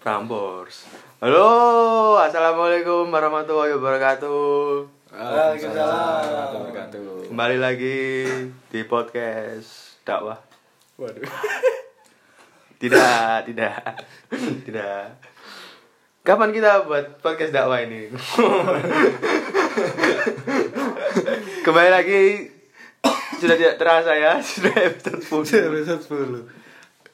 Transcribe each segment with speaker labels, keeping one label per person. Speaker 1: Prambors. Halo, assalamualaikum warahmatullahi wabarakatuh. Kembali lagi di podcast dakwah.
Speaker 2: Waduh.
Speaker 1: Tidak, tidak, tidak. Kapan kita buat podcast dakwah ini? Kembali lagi sudah tidak terasa ya sudah episode 10
Speaker 2: Episode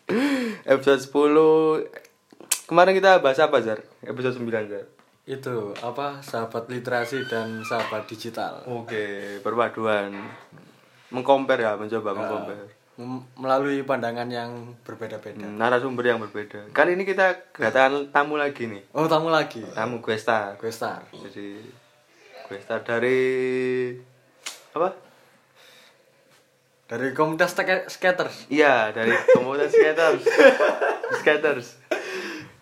Speaker 2: 10.
Speaker 1: episode 10 kemarin kita bahas apa Zar episode 9 Zar
Speaker 2: Itu apa sahabat literasi dan sahabat digital.
Speaker 1: Oke, perpaduan. Mengkompar ya,
Speaker 2: Nah.
Speaker 1: mencoba mengkompar.
Speaker 2: Eh, Mem- melalui pandangan yang berbeda-beda.
Speaker 1: Hmm, Narasumber yang berbeda. Kali ini kita kedatangan tamu lagi nih.
Speaker 2: Oh, tamu lagi.
Speaker 1: Tamu Guesta.
Speaker 2: Gue star.
Speaker 1: Jadi Guesta dari apa?
Speaker 2: Dari komunitas Tek- skaters.
Speaker 1: Iya, dari komunitas skaters. skaters.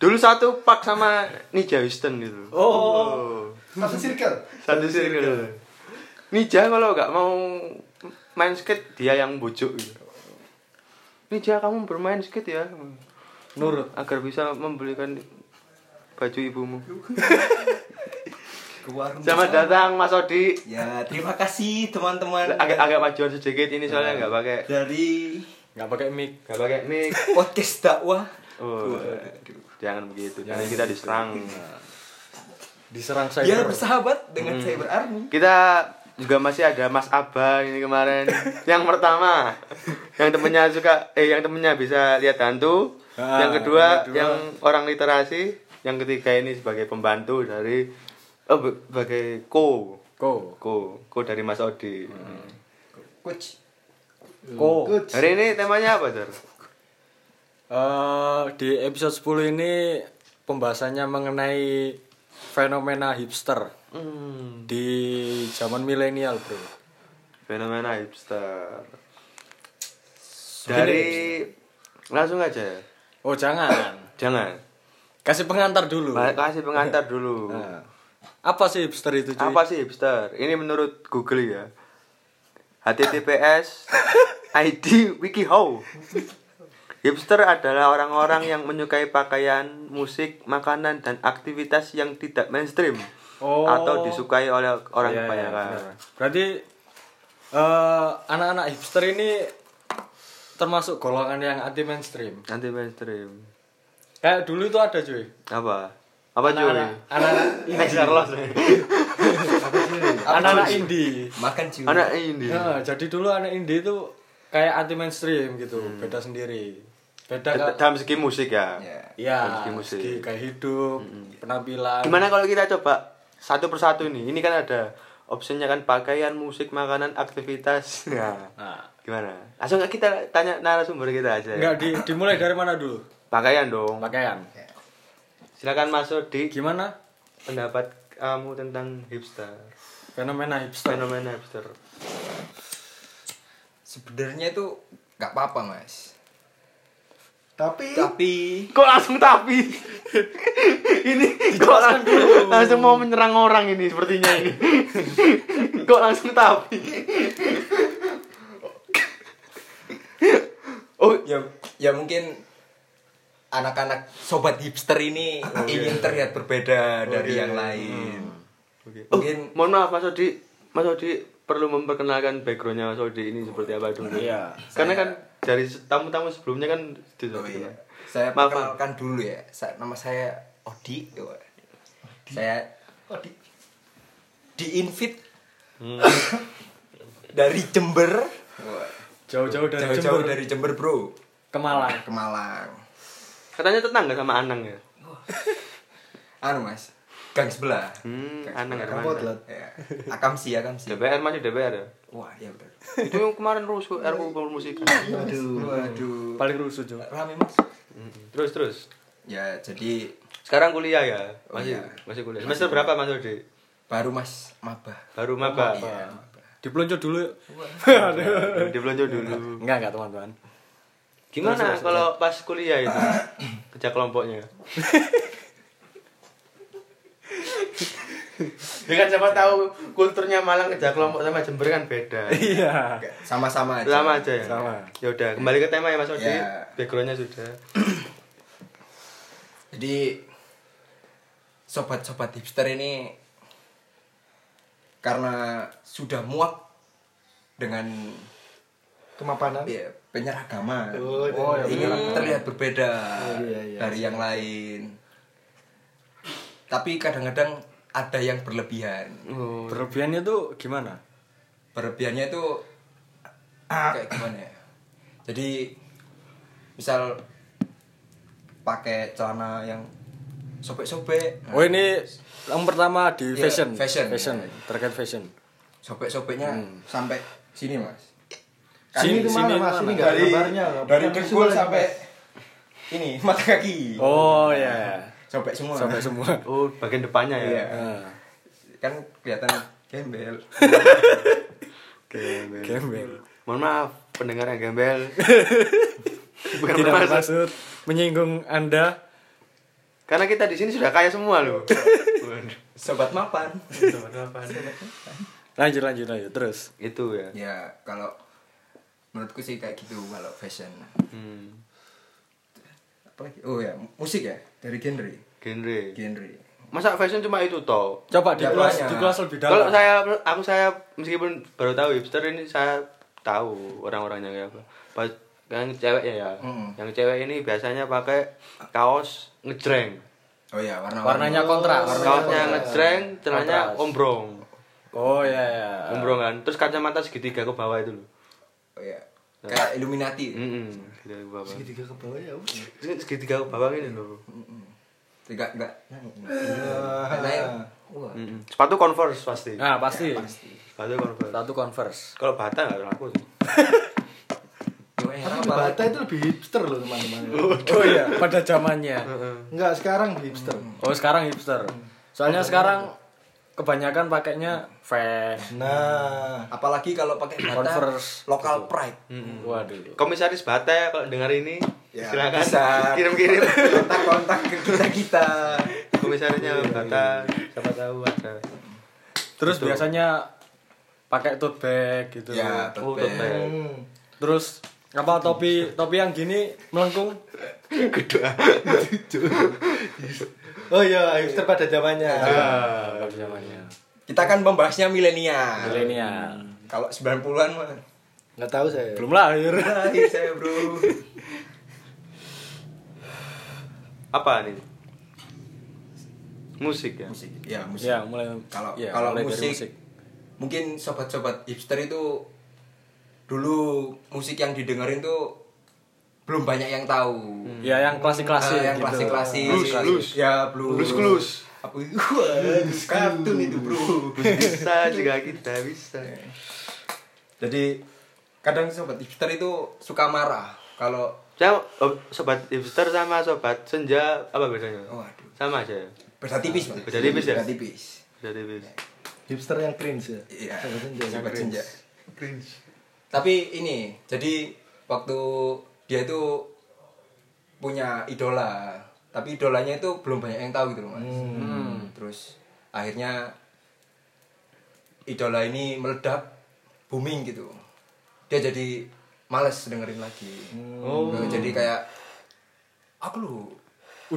Speaker 1: Dulu satu pak sama Nija Houston gitu.
Speaker 2: Oh. iya.
Speaker 3: Satu circle.
Speaker 1: Satu circle. Nija kalau nggak mau main skate dia yang bujuk gitu. Nija kamu bermain skate ya
Speaker 2: Nurut.
Speaker 1: agar bisa membelikan baju ibumu.
Speaker 3: Keluar.
Speaker 1: Selamat datang Mas Odi.
Speaker 3: Ya, terima kasih teman-teman.
Speaker 1: Agak agak majuan sedikit ini soalnya
Speaker 2: Iya.
Speaker 1: nggak pakai
Speaker 3: Dari
Speaker 2: Nggak pakai mic.
Speaker 1: nggak pakai mic.
Speaker 3: podcast dakwah.
Speaker 1: Oh, jangan begitu. Jangan kita diserang.
Speaker 2: Diserang saya.
Speaker 3: Ya bersahabat dengan
Speaker 1: Hmm.
Speaker 3: Cyber Army.
Speaker 1: Kita juga masih ada Mas Abah ini kemarin. yang pertama, yang temennya suka eh yang temennya bisa lihat hantu.
Speaker 2: Ah,
Speaker 1: yang kedua,
Speaker 2: yang kedua.
Speaker 1: yang orang literasi. Yang ketiga ini sebagai pembantu dari oh be- sebagai ko
Speaker 2: Ko.
Speaker 1: ko ko dari Mas Odi.
Speaker 2: Hmm.
Speaker 3: Coach.
Speaker 2: Ko.
Speaker 3: Coach.
Speaker 1: Hari ini temanya apa, Sir?
Speaker 2: Eh, di episode 10 ini pembahasannya mengenai fenomena hipster di zaman milenial, Bro.
Speaker 1: Fenomena hipster. Dari langsung aja ya.
Speaker 2: Oh, jangan.
Speaker 1: Jangan.
Speaker 2: Kasih pengantar dulu.
Speaker 1: Ba- Kasih pengantar dulu.
Speaker 2: Nah, apa sih hipster itu, cuy?
Speaker 1: Apa sih hipster? Ini menurut Google ya. HTTPS ID WikiHow. Hipster adalah orang-orang yang menyukai pakaian, musik, makanan, dan aktivitas yang tidak mainstream
Speaker 2: Oh.
Speaker 1: atau disukai oleh orang
Speaker 2: Iya, iya,
Speaker 1: kebanyakan.
Speaker 2: benar. Berarti eh, anak-anak hipster ini termasuk golongan yang anti mainstream.
Speaker 1: Nanti mainstream.
Speaker 2: Kayak dulu itu ada, cuy.
Speaker 1: Apa? Apa cuy?
Speaker 2: Anak-anak anak-anak
Speaker 1: Next
Speaker 2: indie.
Speaker 1: Carlos.
Speaker 2: Anak-anak indie.
Speaker 3: Makan cuy.
Speaker 1: Anak ini.
Speaker 2: Nah, jadi dulu anak indie itu kayak anti mainstream gitu,
Speaker 1: Hmm.
Speaker 2: beda sendiri. Beda
Speaker 1: Da-
Speaker 2: kayak
Speaker 1: Dalam segi musik ya.
Speaker 3: Ya.
Speaker 2: ya,
Speaker 1: segi musik. Hmm.
Speaker 2: segi gaya hidup, penampilan.
Speaker 1: Gimana kalau kita coba satu persatu ini? Ini kan ada opsinya kan pakaian, musik, makanan, aktivitas. Nah,
Speaker 2: Nah,
Speaker 1: gimana? Langsung kita tanya narasumber kita aja. ya?
Speaker 2: enggak di- dimulai dari mana dulu?
Speaker 1: Pakaian dong.
Speaker 2: Pakaian.
Speaker 1: Silakan masuk di
Speaker 2: Gimana
Speaker 1: pendapat kamu tentang hipster.
Speaker 2: fenomena hipster?
Speaker 1: Fenomena hipster.
Speaker 3: Sebenarnya itu nggak apa-apa mas.
Speaker 4: Tapi
Speaker 3: Tapi
Speaker 1: Kok langsung tapi? ini kok lang- langsung mau menyerang orang ini sepertinya ini. kok langsung tapi? oh,
Speaker 3: ya ya mungkin anak-anak sobat hipster ini
Speaker 1: Oh, iya.
Speaker 3: ingin terlihat berbeda dari yang lain.
Speaker 1: Hmm. Mungkin
Speaker 3: Mungkin-
Speaker 1: mohon maaf Mas Odi, Mas Odi perlu memperkenalkan backgroundnya Mas Odi ini seperti apa dulu.
Speaker 2: Iya.
Speaker 1: Karena
Speaker 3: Saya-
Speaker 1: kan dari tamu-tamu sebelumnya kan di
Speaker 3: Oh iya. Saya
Speaker 1: Maaf,
Speaker 3: perkenalkan dulu ya. Sa- nama saya Odi. Saya Odi. Hmm. Di Invit dari Jember.
Speaker 2: Jauh-jauh dari Jember
Speaker 3: Jauh-jauh dari Jember, Bro.
Speaker 2: ke Malang.
Speaker 3: Ke Malang.
Speaker 1: Katanya tetangga sama Anang ya.
Speaker 3: Anu, Mas. Gang sebelah.
Speaker 1: Hmm,
Speaker 3: Gang
Speaker 1: Anang
Speaker 4: Akam
Speaker 1: Hermansyah.
Speaker 4: Potlat.
Speaker 3: Ya. Akamsi, Akamsi.
Speaker 1: DPR masih DPR ya.
Speaker 3: Wah, ya benar.
Speaker 1: Itu yang kemarin rusuh RUU permusikan.
Speaker 3: Iya. Waduh.
Speaker 2: Paling rusuh juga.
Speaker 3: Rame, Mas.
Speaker 1: Terus terus.
Speaker 3: Ya, jadi
Speaker 1: Sekarang kuliah ya?
Speaker 3: Oh,
Speaker 1: Masih
Speaker 3: iya.
Speaker 1: masih kuliah. Oh, Semester berapa Mas Odi?
Speaker 3: baru Mas maba.
Speaker 1: Baru maba.
Speaker 3: Iya, maba.
Speaker 2: Dipelonco dulu.
Speaker 1: Dibelanja dulu.
Speaker 2: Enggak enggak teman-teman.
Speaker 1: Iya. Gimana kalau pas kuliah itu? Kerja kelompoknya. ya kan siapa tahu kulturnya Malang kerja kelompok sama Jember kan beda.
Speaker 2: Iya.
Speaker 3: Sama-sama aja.
Speaker 1: Sama aja ya.
Speaker 2: Sama.
Speaker 1: Ya udah, kembali ke tema ya Mas Odi.
Speaker 3: Ya.
Speaker 1: Backgroundnya sudah.
Speaker 3: Jadi sobat-sobat hipster ini karena sudah muak dengan
Speaker 5: Kemapanan.
Speaker 3: ya, penyeragaman,
Speaker 5: Oh,
Speaker 1: ya
Speaker 3: Oh, ingin
Speaker 5: iya.
Speaker 3: terlihat berbeda
Speaker 5: iya, iya.
Speaker 3: dari yang lain. Tapi kadang-kadang ada yang berlebihan.
Speaker 2: Hmm. Berlebihannya tuh gimana?
Speaker 3: berlebihannya itu kayak gimana ya? Jadi misal pakai celana yang sobek-sobek.
Speaker 2: Oh ini yang pertama di
Speaker 3: Iya,
Speaker 2: fashion.
Speaker 3: fashion.
Speaker 2: terkait fashion.
Speaker 3: sobek-sobeknya sampai sini, Mas.
Speaker 5: Sini kemana, Mas? Sini nggak ada gambarnya. nggak
Speaker 3: dari
Speaker 5: punya
Speaker 3: dengkul
Speaker 5: visual,
Speaker 3: sampai
Speaker 5: Mas.
Speaker 3: ini mata kaki.
Speaker 2: Oh ya,
Speaker 3: Sobek semua.
Speaker 2: sampai semua.
Speaker 1: Oh, bagian depannya ya.
Speaker 3: Iya.
Speaker 2: Nah,
Speaker 3: Kan kelihatan gembel.
Speaker 1: Gembel.
Speaker 2: gembel.
Speaker 1: Mohon maaf pendengar yang gembel. Bukan
Speaker 2: Tidak
Speaker 1: bermaksud.
Speaker 2: bermaksud menyinggung Anda.
Speaker 1: Karena kita di sini sudah kaya semua loh.
Speaker 3: Sobat mapan.
Speaker 2: Lanjut lanjut lanjut terus.
Speaker 1: itu ya.
Speaker 3: ya, kalau menurutku sih kayak gitu kalau fashion.
Speaker 1: Hmm.
Speaker 3: Apalagi? Oh ya, musik ya dari genre.
Speaker 1: Genre.
Speaker 3: Genre.
Speaker 1: Masa fashion cuma itu toh?
Speaker 2: Coba di
Speaker 3: Ya,
Speaker 2: kelas
Speaker 3: banyak.
Speaker 2: di kelas lebih
Speaker 1: Kalau
Speaker 2: dalam.
Speaker 1: saya aku saya meskipun baru tahu hipster ini saya tahu orang-orangnya kayak apa. Pas yang cewek ya, ya.
Speaker 3: Mm.
Speaker 1: yang cewek ini biasanya pakai kaos ngejreng.
Speaker 3: Oh iya, warna
Speaker 2: Warnanya kontras.
Speaker 1: Kaosnya ngejreng, celananya
Speaker 2: Kontras.
Speaker 1: ombrong.
Speaker 2: Oh ya ya.
Speaker 1: Ombrongan. Terus kacamata segitiga ke bawah itu loh.
Speaker 3: Oh iya. Kayak Illuminati.
Speaker 1: Mm-mm, segitiga ke bawah.
Speaker 5: Segitiga ke bawah ya. udah.
Speaker 1: Segitiga ke bawah ini loh.
Speaker 3: Enggak enggak. Enggak naik. Wah.
Speaker 1: Mm-mm. Sepatu Converse pasti.
Speaker 2: Nah pasti.
Speaker 1: Sepatu Converse.
Speaker 2: Satu converse.
Speaker 1: Kalau bata nggak laku sih.
Speaker 3: Cuma yang
Speaker 5: Tapi
Speaker 3: apa?
Speaker 5: Bata itu lebih hipster loh teman-teman.
Speaker 2: Oh iya, pada zamannya.
Speaker 5: Enggak, sekarang hipster.
Speaker 2: Oh sekarang hipster. Soalnya sekarang kebanyakan pakainya vans.
Speaker 5: Nah,
Speaker 3: Apalagi kalau pakai bata
Speaker 2: Converse. Gitu. Hmm.
Speaker 3: lokal pride.
Speaker 2: Waduh.
Speaker 1: Komisaris Bata ya kalau dengar ini silakan
Speaker 3: Ya, bisa.
Speaker 1: kirim-kirim.
Speaker 3: Kontak-kontak ke kita-kita.
Speaker 1: Komisarisnya Bata siapa tahu ada.
Speaker 2: Terus biasanya pakai tote bag gitu.
Speaker 3: Ya,
Speaker 1: Oh,
Speaker 3: tote bag.
Speaker 1: tote
Speaker 5: hmm.
Speaker 2: Terus apa topi topi yang gini melengkung?
Speaker 5: Oh iya, hipster pada zamannya.
Speaker 3: Iya.
Speaker 2: Ah, pada zamannya.
Speaker 3: Kita kan membahasnya milenial.
Speaker 2: Milenial.
Speaker 3: Kalau 90-an mah
Speaker 5: Enggak tahu saya.
Speaker 2: Belum lahir.
Speaker 3: lahir saya, Bro.
Speaker 1: Apa nih? Musik ya.
Speaker 3: Musik. Ya, musik.
Speaker 2: ya, mulai
Speaker 3: Kalau
Speaker 2: ya,
Speaker 3: kalau
Speaker 2: mulai dari
Speaker 3: musik, mungkin sobat-sobat hipster itu dulu musik yang didengerin tuh belum banyak yang tahu.
Speaker 2: Ya, yang klasik-klasik
Speaker 3: Ah, yang
Speaker 2: gitu.
Speaker 3: klasik-klasik.
Speaker 1: Blues, blues.
Speaker 3: Ya, blues.
Speaker 1: Blues, blues.
Speaker 3: Apa itu? Wah, kartun itu, Bro.
Speaker 1: Bisa juga kita bisa.
Speaker 3: Jadi kadang sobat hipster itu suka marah kalau
Speaker 1: Saya oh, sobat hipster sama sobat senja apa bedanya?
Speaker 3: Waduh.
Speaker 1: Sama aja. ya?
Speaker 3: beda tipis, Mas.
Speaker 1: Beda tipis ya?
Speaker 3: Beda tipis.
Speaker 1: Beda tipis.
Speaker 5: Hipster yang cringe ya.
Speaker 3: Iya.
Speaker 5: Sobat senja.
Speaker 3: Sobat
Speaker 5: Cringe.
Speaker 3: senja. Tapi ini, jadi waktu dia itu punya idola, tapi idolanya itu belum banyak yang tahu gitu loh, Mas. Terus akhirnya idola ini meledak booming gitu. Dia jadi males dengerin lagi.
Speaker 1: Oh.
Speaker 3: Nah, Jadi kayak aku lu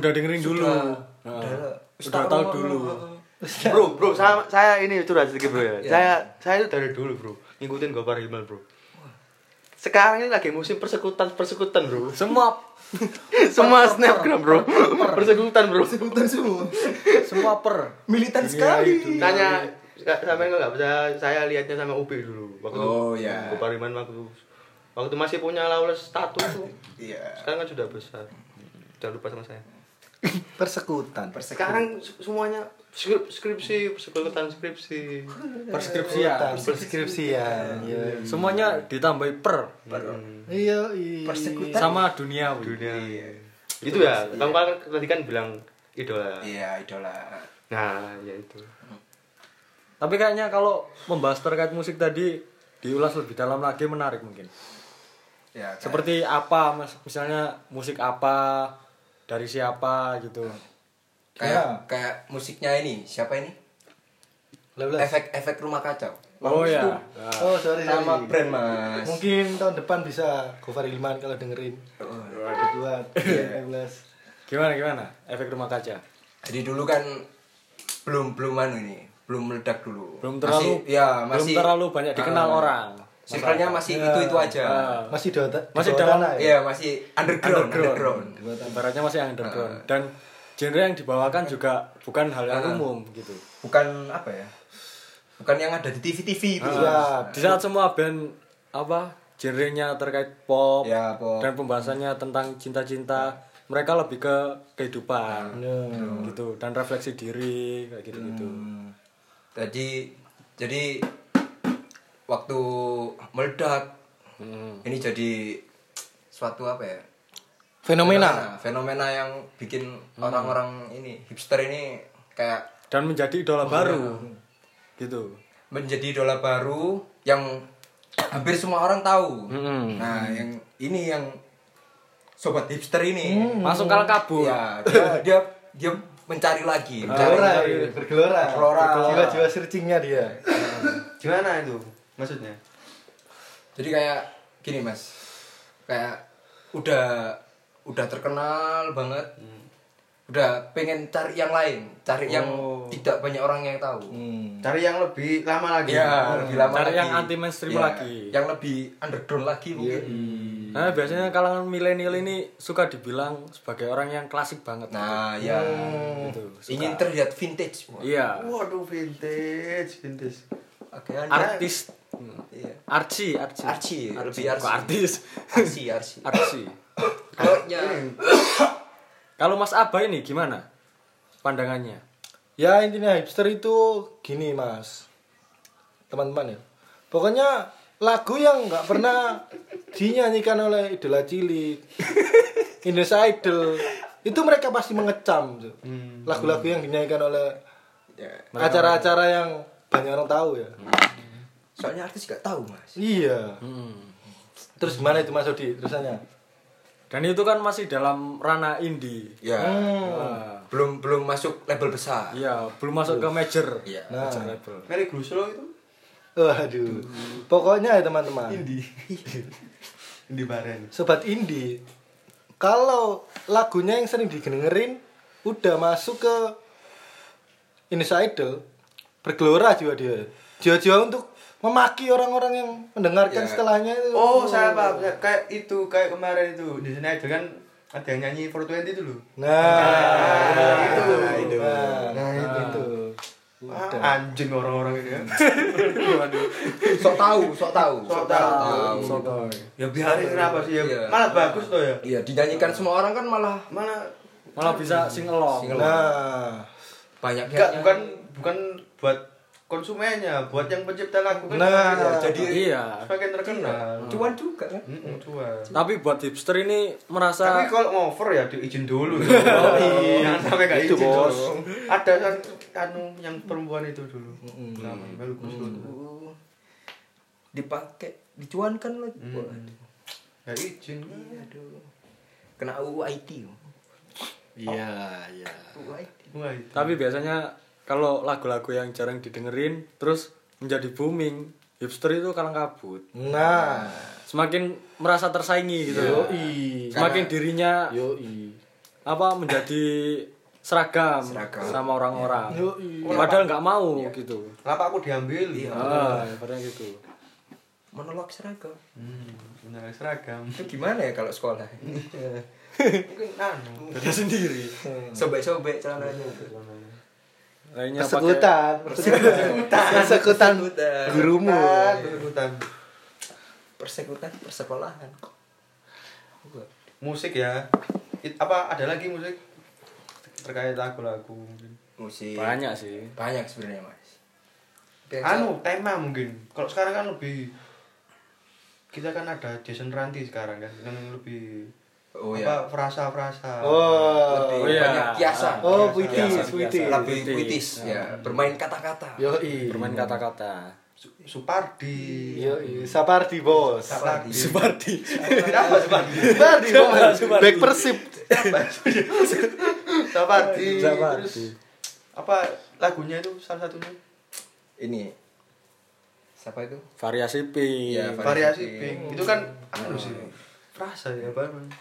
Speaker 2: Udah dengerin dulu. Nah, udah tahu dulu.
Speaker 1: Bro, bro, saya, saya ini curhat sedikit bro ya. Saya saya itu dari dulu bro, ngikutin Gopar Himal bro. Sekarang ini lagi musim persekutan persekutan bro.
Speaker 2: Semua
Speaker 1: Semua snapgram bro, persekutan bro.
Speaker 5: Iya,
Speaker 3: Hutan semua.
Speaker 2: semua per.
Speaker 3: Militan sekali. Iya,
Speaker 1: Tanya sampai nggak percaya saya lihatnya sama Upi dulu waktu
Speaker 3: Oh, ya.
Speaker 1: Gopar Himal waktu waktu masih punya lawless status tuh.
Speaker 3: Iya.
Speaker 1: Sekarang kan sudah besar. Jangan lupa sama saya.
Speaker 5: Persekutan.
Speaker 1: Sekarang se- semuanya skrip- skripsi persekutan skripsi
Speaker 2: Perskripsian.
Speaker 1: perskripsian
Speaker 2: iya. Semuanya ditambahi per
Speaker 5: Iya, iya.
Speaker 3: Persekutan.
Speaker 2: sama duniawi.
Speaker 1: dunia Iya. itu ya kamu kan tadi kan bilang idola
Speaker 3: Iya, idola.
Speaker 1: nah ya itu
Speaker 2: Tapi kayaknya kalau membahas terkait musik tadi diulas lebih dalam lagi menarik mungkin.
Speaker 3: Ya, kayak-
Speaker 2: Seperti apa mas, misalnya musik apa dari siapa gitu.
Speaker 3: kayak
Speaker 2: Iya.
Speaker 5: Ya.
Speaker 3: kayak musiknya ini siapa ini efek efek rumah kacau
Speaker 2: Oh
Speaker 3: Bagus
Speaker 2: ya.
Speaker 3: tuh.
Speaker 5: Oh, sorry,
Speaker 2: Iya.
Speaker 5: sorry.
Speaker 3: nama brand mas
Speaker 5: Mungkin tahun depan bisa Gofar Ilman kalau dengerin. Kedua, 15.
Speaker 2: Gimana gimana? Efek rumah kaca.
Speaker 3: Jadi dulu kan belum belum anu ini, belum meledak dulu.
Speaker 2: Belum terlalu
Speaker 3: masih, ya,
Speaker 2: belum
Speaker 3: masih
Speaker 2: terlalu banyak dikenal
Speaker 3: Ah.
Speaker 2: orang. Iya.
Speaker 3: Circle-nya masih itu-itu aja.
Speaker 2: Ah.
Speaker 5: Masih di otak- di
Speaker 2: Masih
Speaker 5: bawah
Speaker 2: dalam-
Speaker 5: tanah ya?
Speaker 3: Iya, masih underground, underground.
Speaker 2: underground. Ibaratnya masih yang underground dan genre yang dibawakan juga bukan hal yang umum gitu.
Speaker 3: Bukan apa ya? Bukan yang ada di TV-TV itu.
Speaker 5: Ah.
Speaker 2: Di saat semua band apa genrenya terkait pop,
Speaker 3: Ya, pop.
Speaker 2: dan pembahasannya tentang cinta-cinta, mereka lebih ke kehidupan gitu dan refleksi diri kayak gitu-gitu.
Speaker 3: Hmm. Jadi jadi waktu meledak ini jadi suatu apa ya?
Speaker 5: Fenomena.
Speaker 3: Fenomena, fenomena yang bikin orang-orang ini hipster ini kayak
Speaker 2: Dan menjadi idola baru. Gitu.
Speaker 3: menjadi idola baru yang hampir semua orang tahu. Nah, yang ini yang sobat hipster ini.
Speaker 2: Langsung kalah kabur.
Speaker 3: Ya, dia, dia dia mencari lagi, mencari
Speaker 5: Gelora, ya, bergelora.
Speaker 3: Bergelora.
Speaker 5: Jiwa-jiwa searchingnya dia.
Speaker 1: Gimana itu? Maksudnya?
Speaker 3: Jadi kayak gini mas, kayak udah udah terkenal banget,
Speaker 2: Hmm.
Speaker 3: udah pengen cari yang lain, cari yang
Speaker 2: Oh.
Speaker 3: tidak banyak orang yang tahu.
Speaker 1: Cari yang lebih lama lagi. Oh.
Speaker 3: Ya, Hmm. lebih lama
Speaker 2: Hmm. Iya. Cari
Speaker 3: lagi.
Speaker 2: yang anti mainstream
Speaker 3: Ya,
Speaker 2: lagi. Iya.
Speaker 3: yang lebih underground lagi mungkin.
Speaker 2: Nah, biasanya kalangan milenial ini suka dibilang sebagai orang yang klasik banget.
Speaker 3: Nah, ya
Speaker 2: Hmm. gitu. Suka-
Speaker 3: ingin terlihat vintage. Wah,
Speaker 2: Iya.
Speaker 1: Waduh vintage, vintage.
Speaker 3: Agak anda-
Speaker 2: Artis
Speaker 3: Iya.
Speaker 2: Arci, Arci.
Speaker 3: Arci, lebih Arci.
Speaker 2: Kok artis.
Speaker 3: Arsi, arsi. Iya.
Speaker 2: Arci.
Speaker 3: Kalau yang-
Speaker 2: iya. Kalau Mas Aba ini gimana? Pandangannya?
Speaker 5: Ya intinya hipster itu gini mas Teman-teman ya Pokoknya lagu yang nggak pernah dinyanyikan oleh idola cilik Indonesia Idol Itu mereka pasti mengecam tuh. Lagu-lagu yang dinyanyikan oleh
Speaker 3: ya.
Speaker 5: acara-acara yang banyak orang tahu ya
Speaker 3: soalnya artis gak tahu
Speaker 2: Hmm.
Speaker 3: mas.
Speaker 5: Iya Terus gimana itu mas Odi terusannya?
Speaker 2: Dan itu kan masih dalam ranah indie.
Speaker 3: Ya,
Speaker 2: Nah,
Speaker 3: belum belum masuk label besar.
Speaker 2: Iya, belum masuk ke major.
Speaker 3: Iya.
Speaker 5: Nah,
Speaker 2: Major label.
Speaker 1: Mary Guslo itu?
Speaker 5: waduh Pokoknya ya teman-teman
Speaker 1: Indi. Indi Baren.
Speaker 5: Sobat Indi, kalau lagunya yang sering didengerin udah masuk ke Indonesia Idol, bergelora jiwa dia. Jiwa-jiwa untuk memaki orang-orang yang
Speaker 3: Ya.
Speaker 5: mendengarkan setelahnya itu.
Speaker 1: Oh, saya paham. Saya- Kayak itu, kayak kemarin itu di sini ada kan ada yang nyanyi 420 dulu.
Speaker 5: Nah, itu.
Speaker 1: Nah, itu.
Speaker 5: Nah, itu.
Speaker 1: Wah, anjing orang-orang ini ya.
Speaker 3: Hmm. Sok tahu, sok tahu,
Speaker 1: Sok tahu. ya biarin kenapa sih ya?
Speaker 3: Iya.
Speaker 1: Malah bagus tuh ya.
Speaker 3: Iya, dinyanyikan semua orang kan malah
Speaker 1: Malah
Speaker 2: Malah bisa sing along.
Speaker 5: Nah,
Speaker 3: banyak
Speaker 1: enggak
Speaker 5: Iya.
Speaker 3: yang-
Speaker 1: bukan bukan buat konsumennya, buat yang pencipta lagu kan.
Speaker 5: Nah, Iya.
Speaker 1: semakin-
Speaker 3: jadi-
Speaker 2: Iya.
Speaker 1: semakin terkenal. Hmm.
Speaker 3: cuan juga kan.
Speaker 1: Heeh, cuan.
Speaker 2: Tapi buat hipster ini merasa
Speaker 1: Tapi kalau ngover ya diizin dulu. Oh, iya. sampai gak
Speaker 5: Itu,
Speaker 1: izin
Speaker 5: Bos.
Speaker 1: dulu. Ada kan anu yang perempuan itu dulu.
Speaker 5: Hmm,
Speaker 1: Nama Melu Guslo.
Speaker 3: Dipakai, dicuankan lagi. Waduh.
Speaker 1: Ya izin.
Speaker 3: Aduh. Kena UU IT.
Speaker 1: Iya, iya.
Speaker 3: UU IT.
Speaker 1: Wah, itu.
Speaker 2: Tapi biasanya kalau lagu-lagu yang jarang didengerin terus menjadi booming, hipster itu kalang kabut.
Speaker 5: nah,
Speaker 2: Semakin merasa tersaingi gitu. loh.
Speaker 5: yoi,
Speaker 2: Semakin dirinya
Speaker 5: yoi,
Speaker 2: apa menjadi seragam,
Speaker 3: Seragam.
Speaker 2: sama orang-orang.
Speaker 5: Yoi.
Speaker 2: Padahal nggak mau gitu.
Speaker 1: Kenapa aku diambil?
Speaker 5: Iya.
Speaker 2: Ah, padahal gitu.
Speaker 3: Menolak seragam.
Speaker 1: Hmm, benar seragam.
Speaker 3: Itu gimana ya kalau sekolah?
Speaker 1: Mungkin anu.
Speaker 2: Beda sendiri.
Speaker 3: Sobek-sobek celananya.
Speaker 2: Lainnya pakai
Speaker 5: persekutan, persekutan, persekutan
Speaker 3: Persekutan.
Speaker 5: gurumu.
Speaker 1: Hutan, hutan.
Speaker 3: Persekutan, persekolahan.
Speaker 1: Musik ya. It- apa ada lagi musik terkait lagu-lagu mungkin?
Speaker 3: Musik.
Speaker 2: banyak sih.
Speaker 3: Banyak sebenarnya, Mas. Tapi yang
Speaker 1: anu tema mungkin kalau sekarang kan lebih kita kan ada Jason Ranti sekarang kan yang lebih
Speaker 3: Oh, iya.
Speaker 1: apa frasa-frasa
Speaker 5: Oh,
Speaker 3: lebih
Speaker 2: Oh, iya.
Speaker 3: banyak kiasan.
Speaker 5: oh,
Speaker 1: Biasa,
Speaker 5: puitis,
Speaker 2: biasa,
Speaker 5: puitis.
Speaker 2: biasa.
Speaker 3: lebih
Speaker 2: Puitis.
Speaker 3: puitis ya, bermain kata-kata.
Speaker 5: Yoi.
Speaker 2: Bermain kata-kata.
Speaker 1: Su- Supardi
Speaker 3: Iya.
Speaker 5: Yoi, Sapardi bos.
Speaker 1: Supardi
Speaker 2: Seperti
Speaker 1: kenapa Supardi
Speaker 5: Sapardi bos. Back persib.
Speaker 1: Supardi
Speaker 2: Supardi.
Speaker 1: terus apa lagunya itu salah satunya
Speaker 3: Ini siapa itu?
Speaker 2: variasi pink.
Speaker 3: Iya, Variasi Oh.
Speaker 1: variasi
Speaker 3: Pink.
Speaker 1: pink itu kan anu sih frasa ya apa namanya?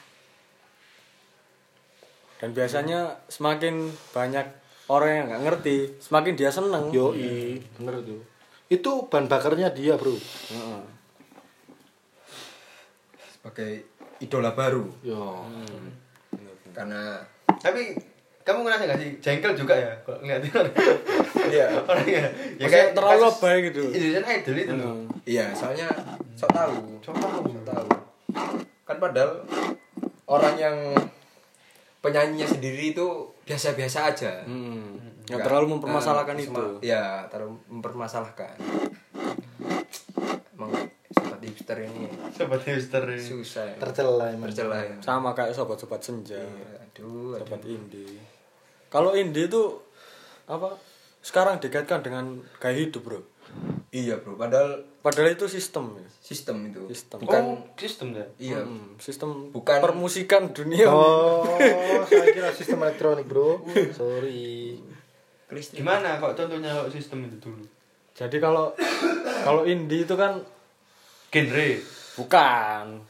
Speaker 2: dan biasanya semakin banyak orang yang nggak ngerti semakin dia seneng Iya.
Speaker 5: Yoi, bener itu. Itu bahan bakarnya dia, Bro.
Speaker 2: Heeh.
Speaker 3: sebagai idola baru
Speaker 5: Yo.
Speaker 3: karena
Speaker 1: Tapi kamu ngerasa gak sih jengkel juga ya kalau ngeliatin orang
Speaker 3: iya
Speaker 1: orang ya?
Speaker 2: Maksudnya terlalu lebay gitu.
Speaker 1: Indonesian Idol itu loh.
Speaker 3: iya soalnya sok tahu sok tahu sok tahu kan padahal orang yang penyanyinya sendiri itu biasa-biasa aja
Speaker 2: Hmm. nggak
Speaker 3: Nggak-
Speaker 2: terlalu mempermasalahkan
Speaker 3: eh,
Speaker 2: itu
Speaker 3: sema- ya terlalu mempermasalahkan emang sobat hipster ini
Speaker 1: Sobat hipster.
Speaker 3: susah ya.
Speaker 5: Tercela emang.
Speaker 3: tercelah ya
Speaker 2: sama kayak sobat-sobat senja
Speaker 3: Iya. aduh aduh.
Speaker 2: sobat indie kalau indie itu apa sekarang dikaitkan dengan gaya hidup bro
Speaker 3: iya bro padahal
Speaker 2: padahal itu sistem ya.
Speaker 3: sistem itu
Speaker 2: Sistem.
Speaker 3: bukan
Speaker 1: Oh, sistem ya.
Speaker 3: iya
Speaker 2: Hmm, sistem
Speaker 3: Bukan-
Speaker 2: permusikan dunia
Speaker 5: Oh, saya kira sistem elektronik, Bro. Sorry.
Speaker 3: Kelistrik.
Speaker 1: Gimana kok contohnya kok sistem itu dulu?
Speaker 2: jadi kalau kalau indie itu kan
Speaker 1: Genre.
Speaker 2: bukan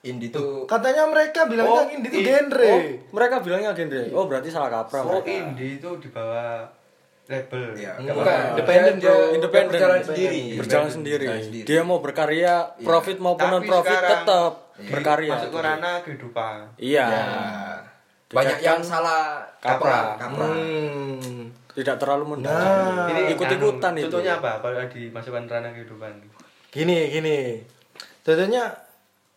Speaker 3: indie tuh
Speaker 5: Katanya mereka bilangnya
Speaker 1: Oh,
Speaker 5: ini itu
Speaker 1: i-
Speaker 5: genre.
Speaker 2: Oh, mereka bilangnya genre. Oh, berarti salah kaprah
Speaker 1: Oh,
Speaker 2: mereka. Iya.
Speaker 1: indie itu di bawah label.
Speaker 3: ya
Speaker 1: Iya.
Speaker 3: bukan
Speaker 5: Independen,
Speaker 3: dia,
Speaker 5: bro.
Speaker 3: dia
Speaker 2: Independen.
Speaker 3: berjalan sendiri
Speaker 2: Berjalan sendiri. Dia mau berkarya, profit maupun
Speaker 1: Tapi
Speaker 2: non profit
Speaker 1: sekarang-
Speaker 2: tetap
Speaker 1: Jadi,
Speaker 2: berkarya.
Speaker 1: Masuk ke ranah kehidupan.
Speaker 2: Iya.
Speaker 3: ya banyak
Speaker 2: Dikaitkan
Speaker 3: yang salah
Speaker 2: kaprah.
Speaker 3: kaprah kaprah
Speaker 5: Hmm.
Speaker 2: Tidak terlalu
Speaker 5: Nah.
Speaker 2: mendalam. Ah. ikut-ikutan
Speaker 1: anu,
Speaker 2: itu.
Speaker 1: Contohnya apa? Kalau dimasukkan ranah kehidupan.
Speaker 5: Gini, gini. Contohnya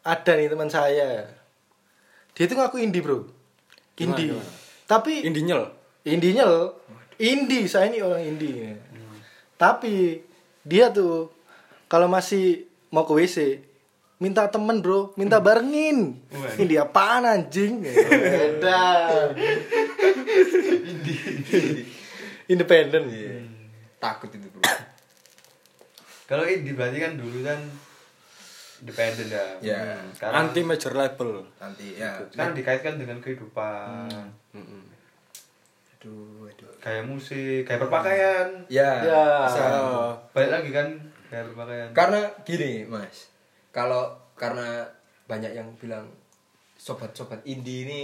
Speaker 5: ada nih teman saya. Dia itu ngaku indie, Bro.
Speaker 2: Gimana,
Speaker 5: Indie.
Speaker 2: gimana?
Speaker 5: Tapi
Speaker 2: Indie nyel.
Speaker 5: indinya loh. Indie, saya ini orang indie. Tapi dia tuh kalau masih mau ke WC minta temen bro, minta barengin.
Speaker 1: Waduh.
Speaker 5: Ini apaan anjing? Beda. Independen.
Speaker 3: takut itu bro
Speaker 1: Kalau indie berarti kan dulu kan independen ya.
Speaker 3: Iya.
Speaker 1: Sekarang
Speaker 2: Anti major label.
Speaker 3: nanti ya
Speaker 1: sekarang dikaitkan dengan kehidupan.
Speaker 3: aduh aduh
Speaker 1: Gaya musik, gaya berpakaian.
Speaker 3: ya,
Speaker 5: Ya.
Speaker 3: bisa.
Speaker 1: Balik lagi kan gaya berpakaian.
Speaker 2: Kan
Speaker 3: karena gini mas kalau karena banyak yang bilang sobat-sobat indie ini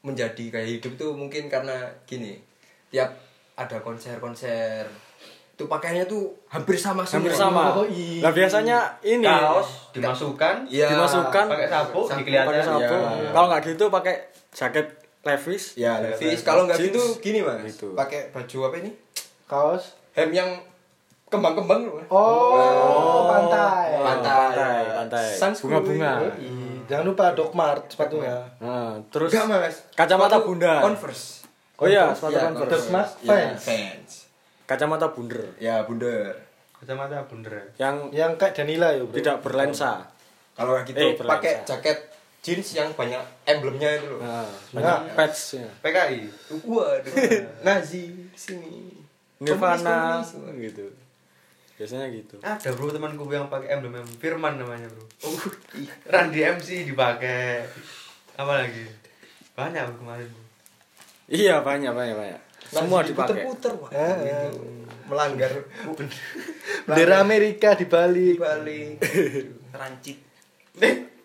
Speaker 3: menjadi gaya hidup tuh mungkin karena gini tiap ada konser-konser itu pakaiannya tuh hampir sama
Speaker 2: Hampir
Speaker 3: semua
Speaker 2: sama.
Speaker 5: Oh, iya.
Speaker 2: Nah, biasanya ini Kan.
Speaker 1: kaos dimasukkan,
Speaker 3: Iya.
Speaker 2: dimasukkan
Speaker 1: pakai sapu,
Speaker 3: Sapu,
Speaker 2: pakai
Speaker 1: dikelihatan.
Speaker 2: sapu.
Speaker 3: Iya.
Speaker 2: Kalau nggak gitu pakai jaket Levi's.
Speaker 3: ya Levi's kalau nggak
Speaker 2: Jeans.
Speaker 3: gitu gini mas
Speaker 2: Gitu.
Speaker 3: pakai baju apa ini
Speaker 5: Kaos.
Speaker 3: hem yang kembang-kembang loh Mas. Iya,
Speaker 5: Oh, iya. pantai.
Speaker 2: pantai, pantai.
Speaker 3: Sunscreen.
Speaker 2: Bunga-bunga.
Speaker 5: Ih, Jangan lupa Dogmart sepatunya.
Speaker 2: Nah, terus
Speaker 3: Enggak mas
Speaker 2: Kacamata
Speaker 3: Sepatu
Speaker 2: bunda.
Speaker 3: Converse
Speaker 2: Oh iya, sepatu
Speaker 3: Ya,
Speaker 2: Converse.
Speaker 5: Mas,
Speaker 3: Ya,
Speaker 5: fans.
Speaker 3: fans.
Speaker 2: Kacamata bunder
Speaker 3: Ya bunder.
Speaker 1: Kacamata bunder ya.
Speaker 2: yang
Speaker 5: Yang kayak Danila ya, Bro.
Speaker 2: tidak berlensa.
Speaker 3: Kalau nggak gitu
Speaker 2: Eh, berlensa.
Speaker 3: pakai jaket jeans yang banyak emblemnya itu loh.
Speaker 2: Nah, banyak patch-nya.
Speaker 1: PKI.
Speaker 3: Waduh. Nazi di sini.
Speaker 2: Nirvana
Speaker 3: Komunis, komunis.
Speaker 2: gitu. Biasanya gitu.
Speaker 1: Ada bro temanku yang pakai emblem emblem Firman namanya bro. Oh, Randy MC dipakai. Apa lagi? Banyak bro, kemarin. Bro.
Speaker 2: Iya, banyak banyak banyak. Semua
Speaker 3: Nazi
Speaker 2: dipakai.
Speaker 3: Diputer-puter wah.
Speaker 5: Ah.
Speaker 3: Gitu. Melanggar
Speaker 5: Bendera Amerika di Bali.
Speaker 3: balik. Rancit.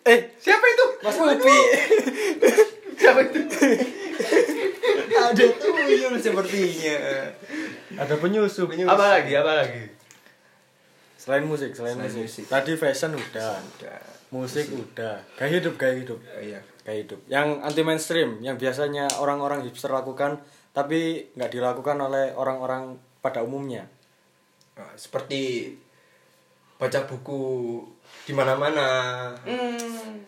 Speaker 2: Eh,
Speaker 1: Siapa itu?
Speaker 2: Mas Upi.
Speaker 1: Siapa itu?
Speaker 3: Ada tuyul sepertinya.
Speaker 5: Ada penyusup.
Speaker 1: Apa lagi? Apa lagi?
Speaker 2: Selain musik, selain,
Speaker 3: Selain
Speaker 2: musik.
Speaker 3: musik.
Speaker 2: Tadi fashion udah.
Speaker 3: Udah.
Speaker 2: Musik udah. Gaya hidup, gaya hidup.
Speaker 3: Iya.
Speaker 2: Gaya hidup. Yang anti mainstream, yang biasanya orang-orang hipster lakukan tapi nggak dilakukan oleh orang-orang pada umumnya.
Speaker 3: Nah, seperti baca buku di mana-mana.
Speaker 2: Hmm.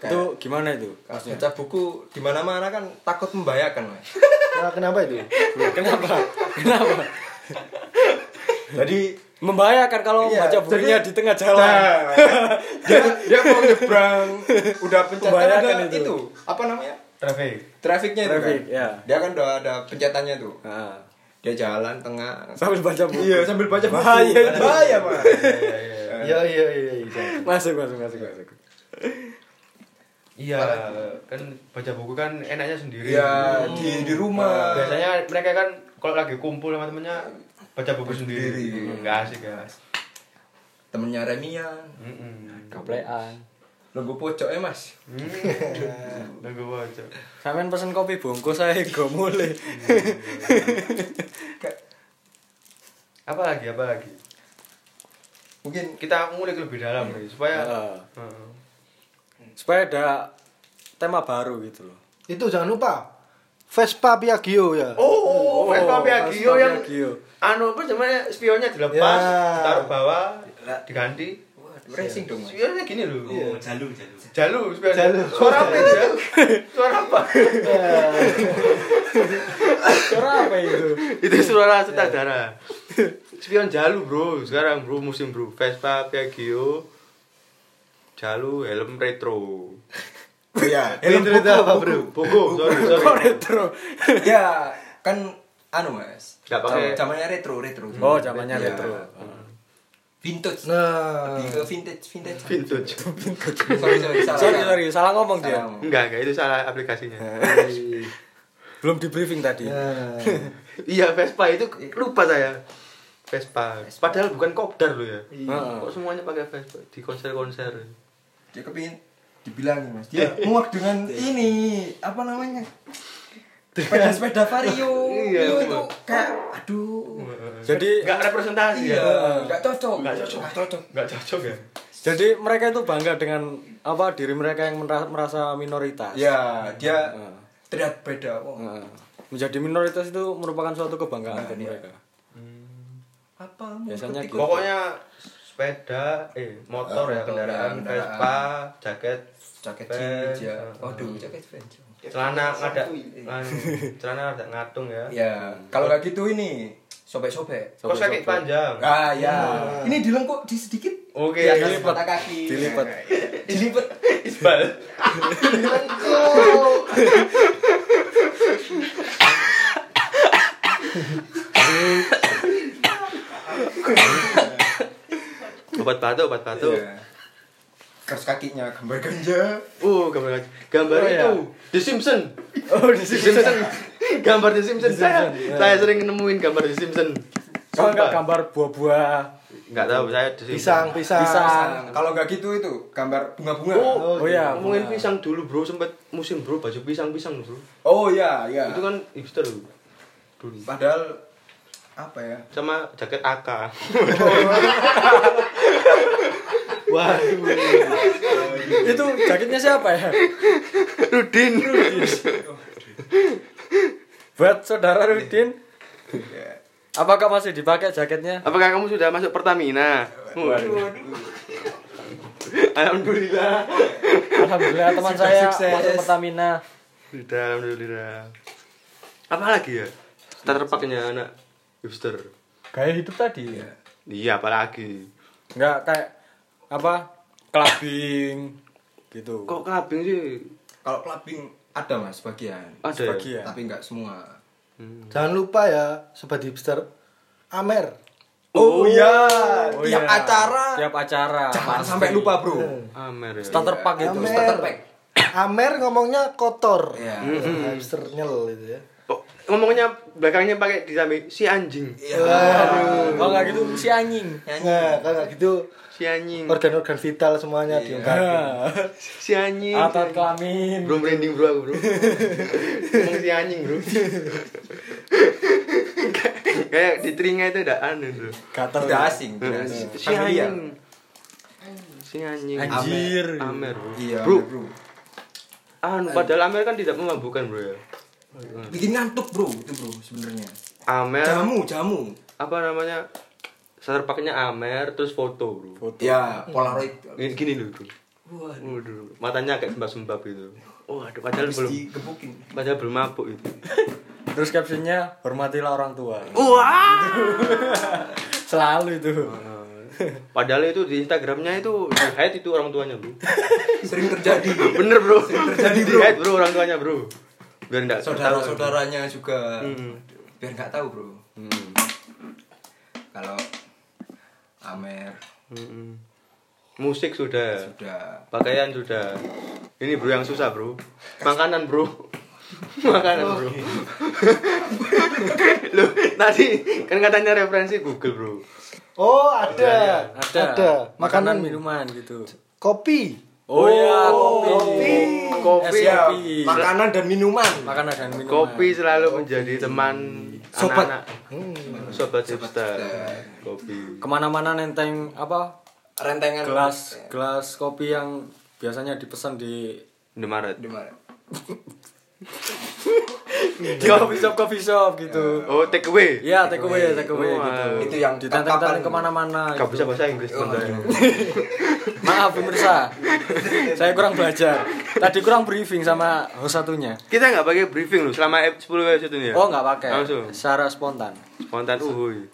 Speaker 3: Kayak-
Speaker 2: Itu gimana itu?
Speaker 3: Kalau baca buku di mana-mana kan takut membahayakan, Mas.
Speaker 5: Nah, kenapa itu?
Speaker 2: Kenapa? Kenapa?
Speaker 3: Jadi
Speaker 2: Membahayakan kalau
Speaker 3: Iya,
Speaker 2: baca bukunya di
Speaker 3: jadi-
Speaker 2: tengah jalan.
Speaker 3: nah, dia dia mau nyebrang udah pencetan
Speaker 2: Membahayakan
Speaker 3: ada
Speaker 2: itu.
Speaker 3: itu. apa namanya?
Speaker 1: Traffic.
Speaker 3: Trafiknya itu
Speaker 2: Traffic,
Speaker 3: kan.
Speaker 2: ya.
Speaker 3: Dia kan udah ada pencetannya tuh.
Speaker 2: Nah,
Speaker 3: Dia jalan tengah.
Speaker 2: sambil baca buku.
Speaker 3: Iya, sambil baca buku.
Speaker 2: Bahaya itu.
Speaker 3: bahaya, Mas.
Speaker 1: Iya, iya.
Speaker 5: Iya, iya, iya, iya.
Speaker 2: Masuk, masuk, masuk, masuk.
Speaker 1: Iya, kan baca buku kan enaknya sendiri.
Speaker 3: Iya, di di rumah.
Speaker 1: Biasanya mereka kan kalau lagi kumpul sama temennya baca buku sendiri. Hmm,
Speaker 3: Sendiri.
Speaker 1: Enggak asik, guys. Hmm.
Speaker 3: temennya Remian.
Speaker 1: Mm-mm.
Speaker 2: Gaplean.
Speaker 3: Nunggu pojoknya mas.
Speaker 1: Nunggu pojok.
Speaker 2: Sampean pesen kopi bungkus saya go mulai. Hmm.
Speaker 1: Apa lagi? Apa lagi?
Speaker 3: Mungkin
Speaker 1: Kita ngulik lebih dalam nih supaya
Speaker 2: Heeh.
Speaker 1: Heeh.
Speaker 2: Supaya ada tema baru gitu loh.
Speaker 5: Itu jangan lupa Vespa Piaggio ya.
Speaker 1: Oh, Vespa Piaggio
Speaker 2: Vespa
Speaker 1: yang
Speaker 2: Piaggio.
Speaker 1: anu apa namanya spionnya dilepas,
Speaker 5: Ya.
Speaker 1: taruh bawah, diganti.
Speaker 3: racing dong mas.
Speaker 1: Spionnya gini loh.
Speaker 6: Oh, jalu, jalu.
Speaker 1: Jalu, spion. Suara apa ya? Suara apa?
Speaker 2: Cara apa itu?
Speaker 1: Itu suara sutradara. Spion Jalu, Bro. Sekarang, Bro, musim, Bro. Vespa Piaggio Jalu helm retro.
Speaker 5: Iya. Ini cerita apa, Bro?
Speaker 1: Bogo, sorry, sorry.
Speaker 2: Retro.
Speaker 3: ya kan anu mas.
Speaker 1: Nggak pakai-
Speaker 3: Zam- Zamannya retro retro.
Speaker 2: Oh, zamannya
Speaker 3: Iya.
Speaker 2: retro.
Speaker 3: Vintage.
Speaker 5: Nah,
Speaker 3: Lebih ke vintage vintage.
Speaker 1: Vintage.
Speaker 3: sorry sorry salah.
Speaker 2: Sorry, sorry, Iya. salah ngomong
Speaker 3: Salah
Speaker 2: dia.
Speaker 3: ngomong.
Speaker 1: Enggak, enggak itu salah aplikasinya.
Speaker 2: Belum di briefing tadi.
Speaker 5: nah.
Speaker 1: Iya, Vespa itu lupa saya. Vespa. Padahal bukan kopdar loh ya.
Speaker 2: Heeh.
Speaker 1: Kok semuanya pakai Vespa di konser-konser?
Speaker 3: Dia kepingin dibilangin mas. Dia muak dengan ini apa namanya? Sepeda sepeda vario.
Speaker 1: Iya,
Speaker 3: Vario
Speaker 1: bener.
Speaker 3: itu kayak aduh.
Speaker 2: Jadi
Speaker 1: Enggak representasi
Speaker 3: Iya.
Speaker 1: ya.
Speaker 3: Nggak cocok. Nggak
Speaker 1: cocok.
Speaker 3: Nggak cocok.
Speaker 1: Enggak cocok ya.
Speaker 2: jadi mereka itu bangga dengan apa diri mereka yang merasa, merasa minoritas.
Speaker 3: Ya dia terlihat beda. Wah,
Speaker 2: Heeh. menjadi minoritas itu merupakan suatu kebanggaan buat mereka.
Speaker 3: Apa? mau
Speaker 2: Biasanya
Speaker 3: ikut-ikut?
Speaker 2: gitu.
Speaker 1: Pokoknya sepeda, eh motor ya kendaraan,
Speaker 3: kendaraan.
Speaker 1: Vespa, jaket,
Speaker 3: jaket
Speaker 1: vans,
Speaker 3: jeans ya.
Speaker 1: eh,
Speaker 3: Waduh, jaket ya. jeans.
Speaker 1: celana ada anu, celana ada ngatung ya.
Speaker 3: Ya, kalau nggak gitu ini sobek-sobek.
Speaker 1: Kok kaki panjang?
Speaker 3: Ah ya, ini dilengkuk di sedikit.
Speaker 1: Oke,
Speaker 3: di atas
Speaker 1: dilipet.
Speaker 3: mata kaki. Nah, iya.
Speaker 2: Dilipet.
Speaker 3: Dilipet.
Speaker 1: Isbal.
Speaker 3: Dilengkuk.
Speaker 1: Obat batuk, obat batuk.
Speaker 3: Iya. Kaos kakinya gambar ganja.
Speaker 1: Uh, gambar gambar
Speaker 2: Oh,
Speaker 1: itu
Speaker 2: iya.
Speaker 1: The Simpson.
Speaker 2: Oh, di
Speaker 1: The Simpson. gambar The Simpson. Saya, saya sering nemuin gambar The Simpson.
Speaker 2: Kalau
Speaker 1: Sumpah.
Speaker 2: nggak Oh, gambar buah-buah
Speaker 1: Nggak tahu saya The
Speaker 5: pisang,
Speaker 1: Simpsons.
Speaker 3: Nah.
Speaker 5: pisang.
Speaker 2: pisang.
Speaker 3: Kalau nggak gitu itu gambar bunga-bunga. Oh,
Speaker 1: Oh,
Speaker 2: Oh, iya,
Speaker 1: ngomongin
Speaker 2: bunga.
Speaker 1: pisang dulu bro, sempet musim bro, baju pisang-pisang bro.
Speaker 3: ya, ya.
Speaker 1: Itu kan hipster bro. dulu.
Speaker 3: Padahal apa ya?
Speaker 1: Sama jaket AK. Oh,
Speaker 2: itu jaketnya siapa ya?
Speaker 1: Rudin.
Speaker 2: Buat
Speaker 3: Iya.
Speaker 2: saudara Rudin,
Speaker 3: Ya.
Speaker 1: iya.
Speaker 2: apakah masih dipakai jaketnya?
Speaker 1: Apakah kamu sudah masuk Pertamina? Waduh. Alhamdulillah.
Speaker 2: Alhamdulillah teman
Speaker 3: Sudah
Speaker 2: saya
Speaker 3: sukses.
Speaker 2: masuk Pertamina.
Speaker 1: Sudah, alhamdulillah. Apa lagi ya? Terpaknya anak hipster.
Speaker 2: Gaya hidup tadi.
Speaker 1: Iya, apalagi.
Speaker 2: Nggak kayak apa? Clubbing gitu.
Speaker 1: Kok kelabing sih?
Speaker 3: Kalau clubbing ada Mas bagian.
Speaker 1: Ada ya?
Speaker 2: Sebagian.
Speaker 3: Tapi nggak semua.
Speaker 5: Jangan lupa ya, sobat hipster, Amer.
Speaker 3: Oh, iya,
Speaker 2: Oh,
Speaker 3: tiap
Speaker 2: iya.
Speaker 3: acara
Speaker 2: Tiap acara.
Speaker 3: jangan
Speaker 2: pasti.
Speaker 3: sampai lupa, Bro.
Speaker 1: Amer ya.
Speaker 2: Starter pack itu.
Speaker 5: Amer.
Speaker 3: starter pack.
Speaker 5: Amer ngomongnya kotor.
Speaker 3: Iya.
Speaker 5: Hipster nyel itu ya.
Speaker 1: Kok ngomongnya belakangnya pakai ditambahin si anjing.
Speaker 2: Kalau nggak gitu si anjing.
Speaker 1: Iya.
Speaker 5: Nah, kalau nggak gitu
Speaker 1: Si anjing.
Speaker 5: organ-organ vital semuanya
Speaker 2: Iya.
Speaker 3: Iya.
Speaker 5: diungkapin.
Speaker 1: Si anjing.
Speaker 2: Atat kelamin.
Speaker 1: Bro branding bro aku bro Ngomong si anjing bro Kayak di telinga itu ada aneh bro
Speaker 2: Gatel.
Speaker 3: Tidak asing, tidak asing.
Speaker 1: Iya, Si
Speaker 3: Familiar.
Speaker 1: anjing Si anjing
Speaker 2: Anjir.
Speaker 1: Amer bro
Speaker 3: Iya,
Speaker 1: Bro,
Speaker 3: Bro.
Speaker 1: anu, padahal Amer kan tidak memabukkan bro ya
Speaker 3: Bikin ngantuk, Bro, itu, Bro, sebenarnya.
Speaker 1: Amer
Speaker 3: Jamu, jamu.
Speaker 1: Apa namanya Starter packnya Amer terus foto bro
Speaker 3: Ya, Polaroid.
Speaker 1: Gini, gini loh bro
Speaker 3: Waduh,
Speaker 1: Waduh, matanya kayak sembab-sembab gitu Waduh, padahal
Speaker 3: habis
Speaker 1: belum
Speaker 3: digebukin.
Speaker 1: Padahal belum mabuk itu
Speaker 2: Terus captionnya hormatilah orang tua.
Speaker 3: Oh.
Speaker 1: Wah
Speaker 2: Selalu itu.
Speaker 1: Padahal itu di Instagramnya itu di hide itu orang tuanya bro
Speaker 3: Sering terjadi.
Speaker 1: Bener bro
Speaker 3: terjadi,
Speaker 1: Di
Speaker 3: bro.
Speaker 1: hide bro orang tuanya bro Biar enggak
Speaker 3: Saudara-saudaranya juga
Speaker 1: Hmm.
Speaker 3: biar nggak tahu, Bro. Kalau Amer
Speaker 1: Musik sudah
Speaker 3: sudah
Speaker 1: Pakaian sudah Ini bro yang susah bro Makanan bro Makanan bro Loh tadi kan katanya referensi Google bro
Speaker 5: Oh, ada.
Speaker 2: Ada. Makanan
Speaker 5: Makanan,
Speaker 2: minuman gitu.
Speaker 5: kopi.
Speaker 2: Oh, iya, kopi. Eh,
Speaker 1: Kopi.
Speaker 2: Es
Speaker 3: Ya,
Speaker 2: kopi.
Speaker 3: makanan dan minuman.
Speaker 2: Makanan dan minuman.
Speaker 1: Kopi selalu menjadi teman
Speaker 3: Sobat.
Speaker 1: anak-anak.
Speaker 2: Hmm.
Speaker 1: Sobat hipster. Kopi.
Speaker 2: Kemana-mana nenteng apa Eh.
Speaker 3: Rentengan
Speaker 2: gelas gelas kopi yang biasanya dipesan di
Speaker 1: Indomaret.
Speaker 3: di mana?
Speaker 2: di coffee shop coffee shop gitu.
Speaker 1: Oh, take away.
Speaker 2: Iya, take away, take away
Speaker 1: Oh,
Speaker 2: gitu.
Speaker 1: wow.
Speaker 3: Itu yang
Speaker 2: ditenteng-tenteng
Speaker 3: kapan?
Speaker 2: kemana-mana.
Speaker 1: Gak bisa
Speaker 2: gitu.
Speaker 1: bahasa Inggris, Bunda.
Speaker 2: Maaf pemirsa, saya kurang belajar. Tadi kurang briefing sama host satunya.
Speaker 1: Kita nggak pakai briefing loh selama ep- 10 episode ini ya.
Speaker 2: Oh nggak pakai,
Speaker 1: Langsung.
Speaker 2: secara spontan. Hmm,
Speaker 1: Spontan uhuy.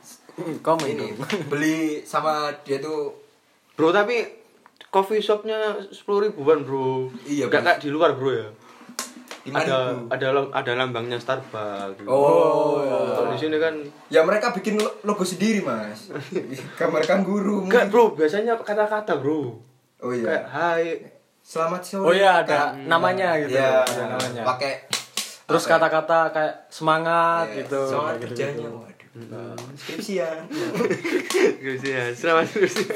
Speaker 2: Komen
Speaker 3: Ini
Speaker 2: dong.
Speaker 3: beli sama dia tuh
Speaker 1: Bro, tapi coffee shopnya 10 ribuan, Bro.
Speaker 3: Iya,
Speaker 1: Nggak
Speaker 3: Bro.
Speaker 1: kayak di luar, Bro ya.
Speaker 3: di
Speaker 1: Ada
Speaker 3: mana?
Speaker 1: ada lam- ada lambangnya Starbucks. gitu.
Speaker 3: Oh.
Speaker 1: Kalau di sini kan
Speaker 3: Ya mereka bikin lo- logo sendiri, Mas. Kamar guru.
Speaker 1: Enggak, Bro. Biasanya kata-kata, Bro.
Speaker 3: Oh
Speaker 1: Kayak
Speaker 3: iya.
Speaker 1: hai.
Speaker 3: Selamat sore.
Speaker 2: Oh iya ada
Speaker 3: Kak.
Speaker 2: namanya gitu.
Speaker 3: Iya,
Speaker 2: Ada namanya.
Speaker 3: pakai
Speaker 2: Terus kata-kata kayak semangat
Speaker 3: Iya,
Speaker 2: gitu.
Speaker 3: Semangat
Speaker 2: Gitu-gitu. Mm-hmm.
Speaker 3: kerjanya. Waduh. Skripsian.
Speaker 1: Gitu ya. Selamat gitu ya.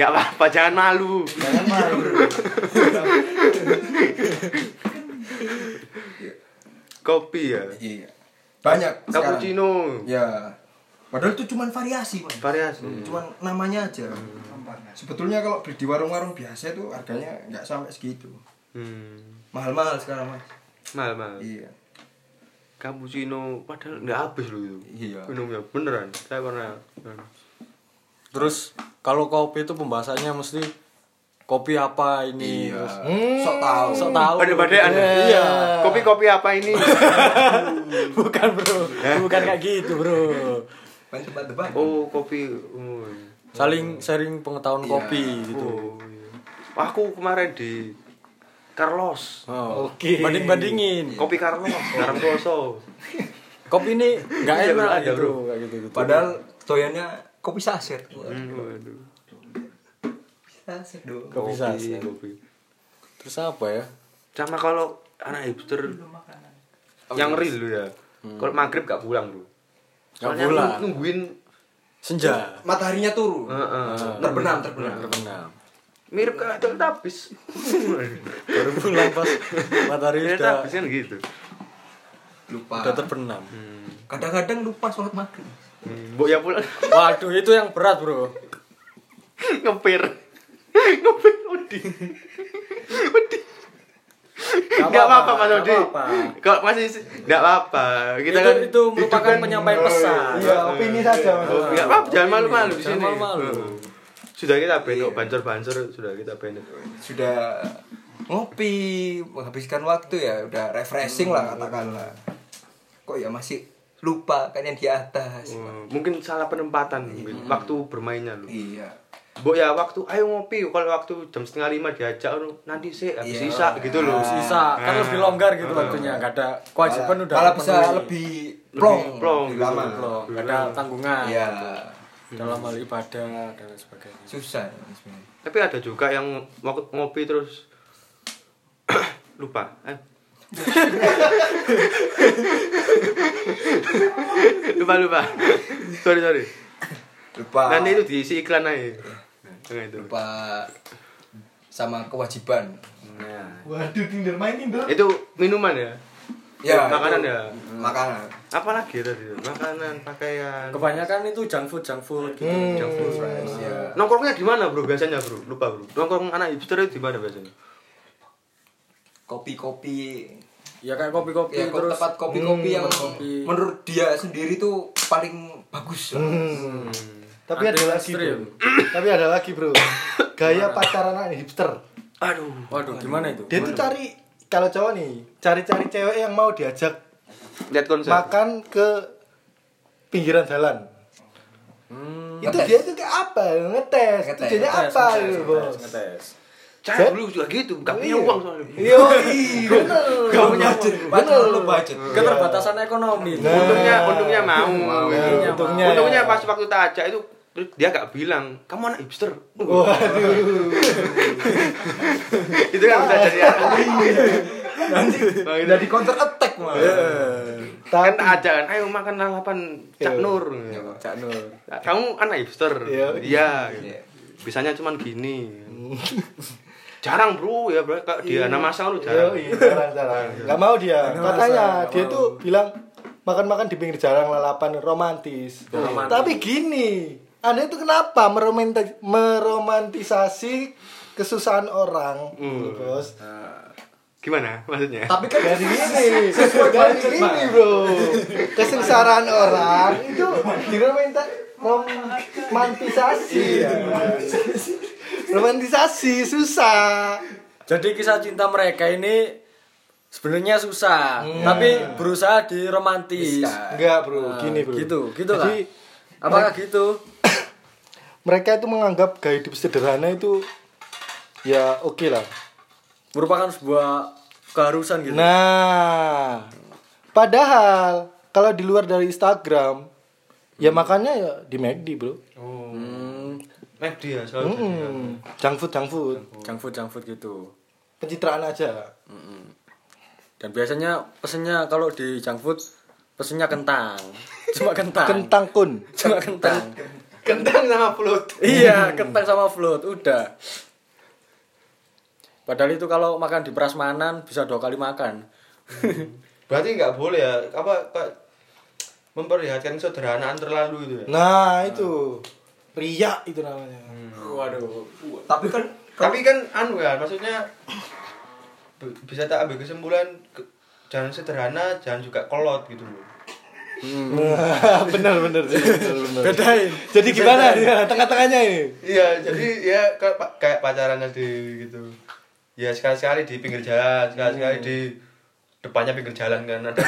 Speaker 1: Enggak apa-apa, jangan malu.
Speaker 3: Jangan malu.
Speaker 1: Kopi ya.
Speaker 3: Iya. Banyak sekarang.
Speaker 1: Cappuccino.
Speaker 3: Ya. Padahal itu cuman variasi, Mas. Mm,
Speaker 1: Variasi.
Speaker 3: Cuman namanya aja.
Speaker 2: Mm.
Speaker 3: Sebetulnya kalau beli di warung-warung biasa itu harganya nggak sampai segitu.
Speaker 1: Hmm.
Speaker 3: Mahal-mahal sekarang, Mas.
Speaker 1: Mal, mal.
Speaker 3: Iya.
Speaker 1: Cappuccino padahal nggak habis loh itu.
Speaker 3: Iya.
Speaker 1: Minumnya beneran. Saya pernah. pernah.
Speaker 2: Terus kalau kopi itu pembahasannya mesti kopi apa ini.
Speaker 3: Iya. Hmm.
Speaker 2: Terus
Speaker 3: Sok tahu.
Speaker 2: sok tahu.
Speaker 1: Badai-badaian ya?
Speaker 2: Iya.
Speaker 1: Kopi-kopi apa ini?
Speaker 2: Bukan bro, bukan kayak gitu bro.
Speaker 3: Main tebak-tebak.
Speaker 1: Oh, kopi. Oh, iya.
Speaker 2: Saling sharing
Speaker 3: Iya.
Speaker 2: pengetahuan kopi gitu.
Speaker 1: Oh, iya. Aku kemarin di Carlos.
Speaker 2: Oh. Banding-bandingin.
Speaker 1: Kopi Carlos, garam kloso.
Speaker 2: Kopi ini nggak
Speaker 1: Iya,
Speaker 2: enak
Speaker 1: ada,
Speaker 2: gitu,
Speaker 1: bro.
Speaker 2: kayak gitu-gitu.
Speaker 3: Padahal doyannya kopi saset.
Speaker 1: Hmm, waduh.
Speaker 3: Saset dong.
Speaker 2: Kopi saset.
Speaker 1: kopi.
Speaker 2: Terus apa ya?
Speaker 1: Sama kalau anak hipster yang real lu ya. Kalau maghrib gak pulang, Bro.
Speaker 2: Oh, iya. Hmm. Gak
Speaker 1: Soalnya
Speaker 2: pulang.
Speaker 1: nung- nungguin
Speaker 2: Senja.
Speaker 3: Mataharinya turu.
Speaker 1: Heeh.
Speaker 3: Terbenam, terbenam.
Speaker 2: Terbenam.
Speaker 1: Mirip kayak Teletubbies.
Speaker 2: Baru pulang pas matahari udah,
Speaker 1: Teletubbies kan gitu.
Speaker 3: Lupa.
Speaker 2: udah terbenam.
Speaker 3: Kadang-kadang lupa sholat maghrib.
Speaker 1: Hmm, Mbok ya pulang
Speaker 2: Waduh, itu yang berat, Bro.
Speaker 1: ngepir. Ngepir Odi. Odi.
Speaker 2: Gak
Speaker 1: Enggak
Speaker 2: apa-apa,
Speaker 1: apa-apa Mas
Speaker 2: gak
Speaker 1: Odi.
Speaker 2: apa-apa.
Speaker 1: Kalau masih enggak apa-apa. Kita
Speaker 2: itu,
Speaker 1: kan
Speaker 2: itu merupakan penyampaian
Speaker 3: Oh,
Speaker 2: pesan.
Speaker 5: Iya, opini saja mas.
Speaker 1: Enggak apa-apa, jangan malu-malu di
Speaker 2: Jangan
Speaker 1: sini.
Speaker 2: malu-malu. Iya.
Speaker 1: Heeh. Sudah kita bentuk bancer-bancer, sudah kita bentuk.
Speaker 3: Sudah ngopi, menghabiskan waktu ya, udah refreshing lah katakanlah. Kok ya masih lupa kan yang di atas.
Speaker 1: Wah, Hmm, mungkin salah penempatan
Speaker 2: Iya.
Speaker 1: mungkin waktu bermainnya lu.
Speaker 3: Iya.
Speaker 1: Mbok ya waktu ayo ngopi kalau waktu jam setengah lima diajak lu nanti sih habis
Speaker 3: Iya.
Speaker 1: sisa gitu loh.
Speaker 2: Sisa kan lebih longgar gitu waktunya, gak ada kewajiban
Speaker 3: Malah-
Speaker 2: udah.
Speaker 3: malah bisa
Speaker 2: terpenuhi.
Speaker 3: lebih plong,
Speaker 1: plong, Nah.
Speaker 3: lebih lama.
Speaker 1: gitu.
Speaker 2: Loh, gak ada tanggungan.
Speaker 3: Iya.
Speaker 2: Dalam hal ibadah dan lain sebagainya.
Speaker 3: Susah ya, sebenarnya.
Speaker 1: Tapi ada juga yang wak- ngopi terus lupa. Eh. lupa lupa. sorry sorry.
Speaker 3: Lupa.
Speaker 1: Nanti itu diisi iklan aja. Nah, itu.
Speaker 3: lupa sama kewajiban.
Speaker 1: Nah.
Speaker 5: Waduh, Tinder main Tinder.
Speaker 1: Itu minuman ya. makanan
Speaker 3: itu-
Speaker 1: ya.
Speaker 3: Makanan.
Speaker 1: Apalagi ya tadi makanan, pakaian.
Speaker 2: Kebanyakan itu junk food, junk
Speaker 5: Hmm.
Speaker 2: food gitu.
Speaker 1: junk food.
Speaker 3: Friends, ya.
Speaker 1: Nongkrongnya di mana bro biasanya bro? Lupa bro. Nongkrong anak hipster itu di mana biasanya?
Speaker 3: Kopi-kopi
Speaker 2: Ya kayak kopi-kopi
Speaker 3: ya kok
Speaker 2: terus Hmm.
Speaker 3: tempat kopi-kopi yang
Speaker 2: kopi.
Speaker 3: menurut dia sendiri tuh paling bagus.
Speaker 5: Tapi ada lagi bro. Tapi ada lagi bro. Gaya pacaran anak hipster.
Speaker 1: Aduh.
Speaker 2: Waduh, gimana itu?
Speaker 5: Dia tuh cari kalau cowok nih cari-cari cewek yang mau diajak
Speaker 1: Lihat konser.
Speaker 5: makan ke pinggiran jalan. itu
Speaker 3: Ngetes.
Speaker 5: dia tuh kayak apa?
Speaker 3: Ngetes,
Speaker 5: Ngetes. Tujuannya
Speaker 2: Ngetes,
Speaker 5: apa?
Speaker 2: ngetes,
Speaker 5: gitu,
Speaker 2: ngetes,
Speaker 5: Bos?
Speaker 2: ngetes.
Speaker 1: Saya dulu juga gitu, gak punya uang soalnya.
Speaker 5: Oh, Iya, bener.
Speaker 3: Kamu budget, padahal lu budget.
Speaker 2: Keterbatasan ekonomi.
Speaker 5: Nah, iya.
Speaker 1: Untungnya, untungnya mau.
Speaker 5: ya. Untungnya,
Speaker 1: untungnya,
Speaker 5: untungnya.
Speaker 1: pas waktu tak ajak itu terus dia gak bilang, kamu anak hipster. itu kan bisa jadi apa?
Speaker 3: Udah di counter attack malah.
Speaker 2: Iya.
Speaker 1: kan
Speaker 5: Tapi Iya.
Speaker 1: tak ajak kan, ayo makan lalapan Cak Nur. gitu.
Speaker 2: Cak Nur.
Speaker 1: Kamu anak hipster.
Speaker 5: Iya.
Speaker 1: Iya. gitu. Bisanya cuman gini. Jarang bro ya bro, kalau di
Speaker 5: Iya.
Speaker 1: anak masal lu jarang.
Speaker 5: Yoi, jarang jarang. Gak mau dia. Katanya dia tuh bilang makan-makan di pinggir jalan lalapan romantis. Tapi gini, Anda itu kenapa meromanta- meromantisasi kesusahan orang, Bos?
Speaker 1: Gimana maksudnya?
Speaker 3: Tapi kan
Speaker 5: Dari ini, dari ini bro, kesengsaraan orang itu diromanta romantisasi, romantisasi susah.
Speaker 2: Jadi kisah cinta mereka ini sebenarnya susah,
Speaker 5: Hmm.
Speaker 2: tapi berusaha diromantis.
Speaker 5: Enggak bro, gini bro.
Speaker 2: Gitu, gitu
Speaker 5: Jadi,
Speaker 2: Kak. Apakah gitu?
Speaker 5: mereka itu menganggap gaya hidup sederhana itu ya oke lah.
Speaker 2: Merupakan sebuah keharusan gitu.
Speaker 5: Nah, padahal kalau di luar dari Instagram, ya makannya ya di McD bro.
Speaker 1: Oh,
Speaker 2: Hmm,
Speaker 1: McD ya soalnya.
Speaker 5: Hmm, junk food, junk food,
Speaker 2: junk food, junk food gitu.
Speaker 5: pencitraan aja.
Speaker 2: Dan biasanya pesennya kalau di junk food pesennya kentang. Cuma kentang.
Speaker 5: Kentang kun.
Speaker 2: Cuma kentang.
Speaker 1: Kentang sama pelut.
Speaker 2: iya, kentang sama float, udah. Padahal itu kalau makan di prasmanan bisa dua kali makan.
Speaker 1: Berarti nggak boleh ya apa Pak memperlihatkan kesederhanaan terlalu itu ya.
Speaker 5: Nah itu riak itu namanya.
Speaker 2: Waduh.
Speaker 3: tapi kan
Speaker 1: Tapi kan anu ya, maksudnya b- bisa tak ambil kesimpulan ke- jangan sederhana, jangan juga kolot gitu loh.
Speaker 5: bener bener sih, bener, bener.
Speaker 2: Bedain.
Speaker 5: Jadi gimana? Gimana? Tengah-tengahnya ini.
Speaker 1: Iya, jadi ya kayak pa- kayak pacaran tadi gitu. Ya sekali-sekali di pinggir jalan, sekali-sekali di depannya pinggir jalan kan ada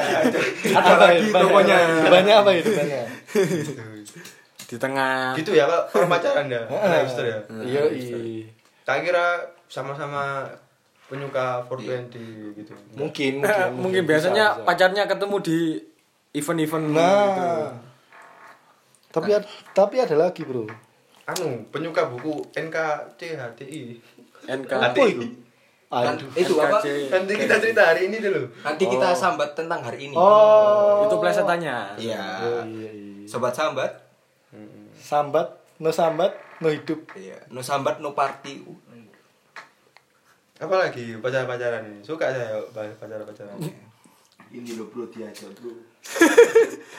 Speaker 5: Ada lagi pokoknya. Banyak apa itu? Banyak.
Speaker 1: gitu.
Speaker 2: Di tengah.
Speaker 1: gitu ya kalau orang pacaran ya, anak hipster ya.
Speaker 5: Iya,
Speaker 1: Tak kira sama-sama penyuka 420 gitu.
Speaker 5: mungkin
Speaker 2: Nah, mungkin biasanya
Speaker 5: Bisa, bisa.
Speaker 2: pacarnya ketemu di event-event
Speaker 5: nah
Speaker 2: gitu.
Speaker 5: tapi ad- tapi ada lagi bro
Speaker 1: Anu, penyuka buku NKCHTI.
Speaker 2: NK.
Speaker 1: Apa itu?
Speaker 3: kan
Speaker 5: Aduh.
Speaker 3: itu apa
Speaker 2: NKJ.
Speaker 1: Nanti kita cerita hari ini dulu.
Speaker 3: nanti kita sambat tentang hari ini
Speaker 5: oh
Speaker 2: Itu plesetannya.
Speaker 3: iya
Speaker 5: iya, iya.
Speaker 3: sobat sambat
Speaker 5: sambat no sambat no hidup
Speaker 3: iya no sambat no party
Speaker 1: Apalagi pacaran-pacaran ini. Suka saya yuk, pa- pacaran-pacaran.
Speaker 6: ini lo bro diajak bro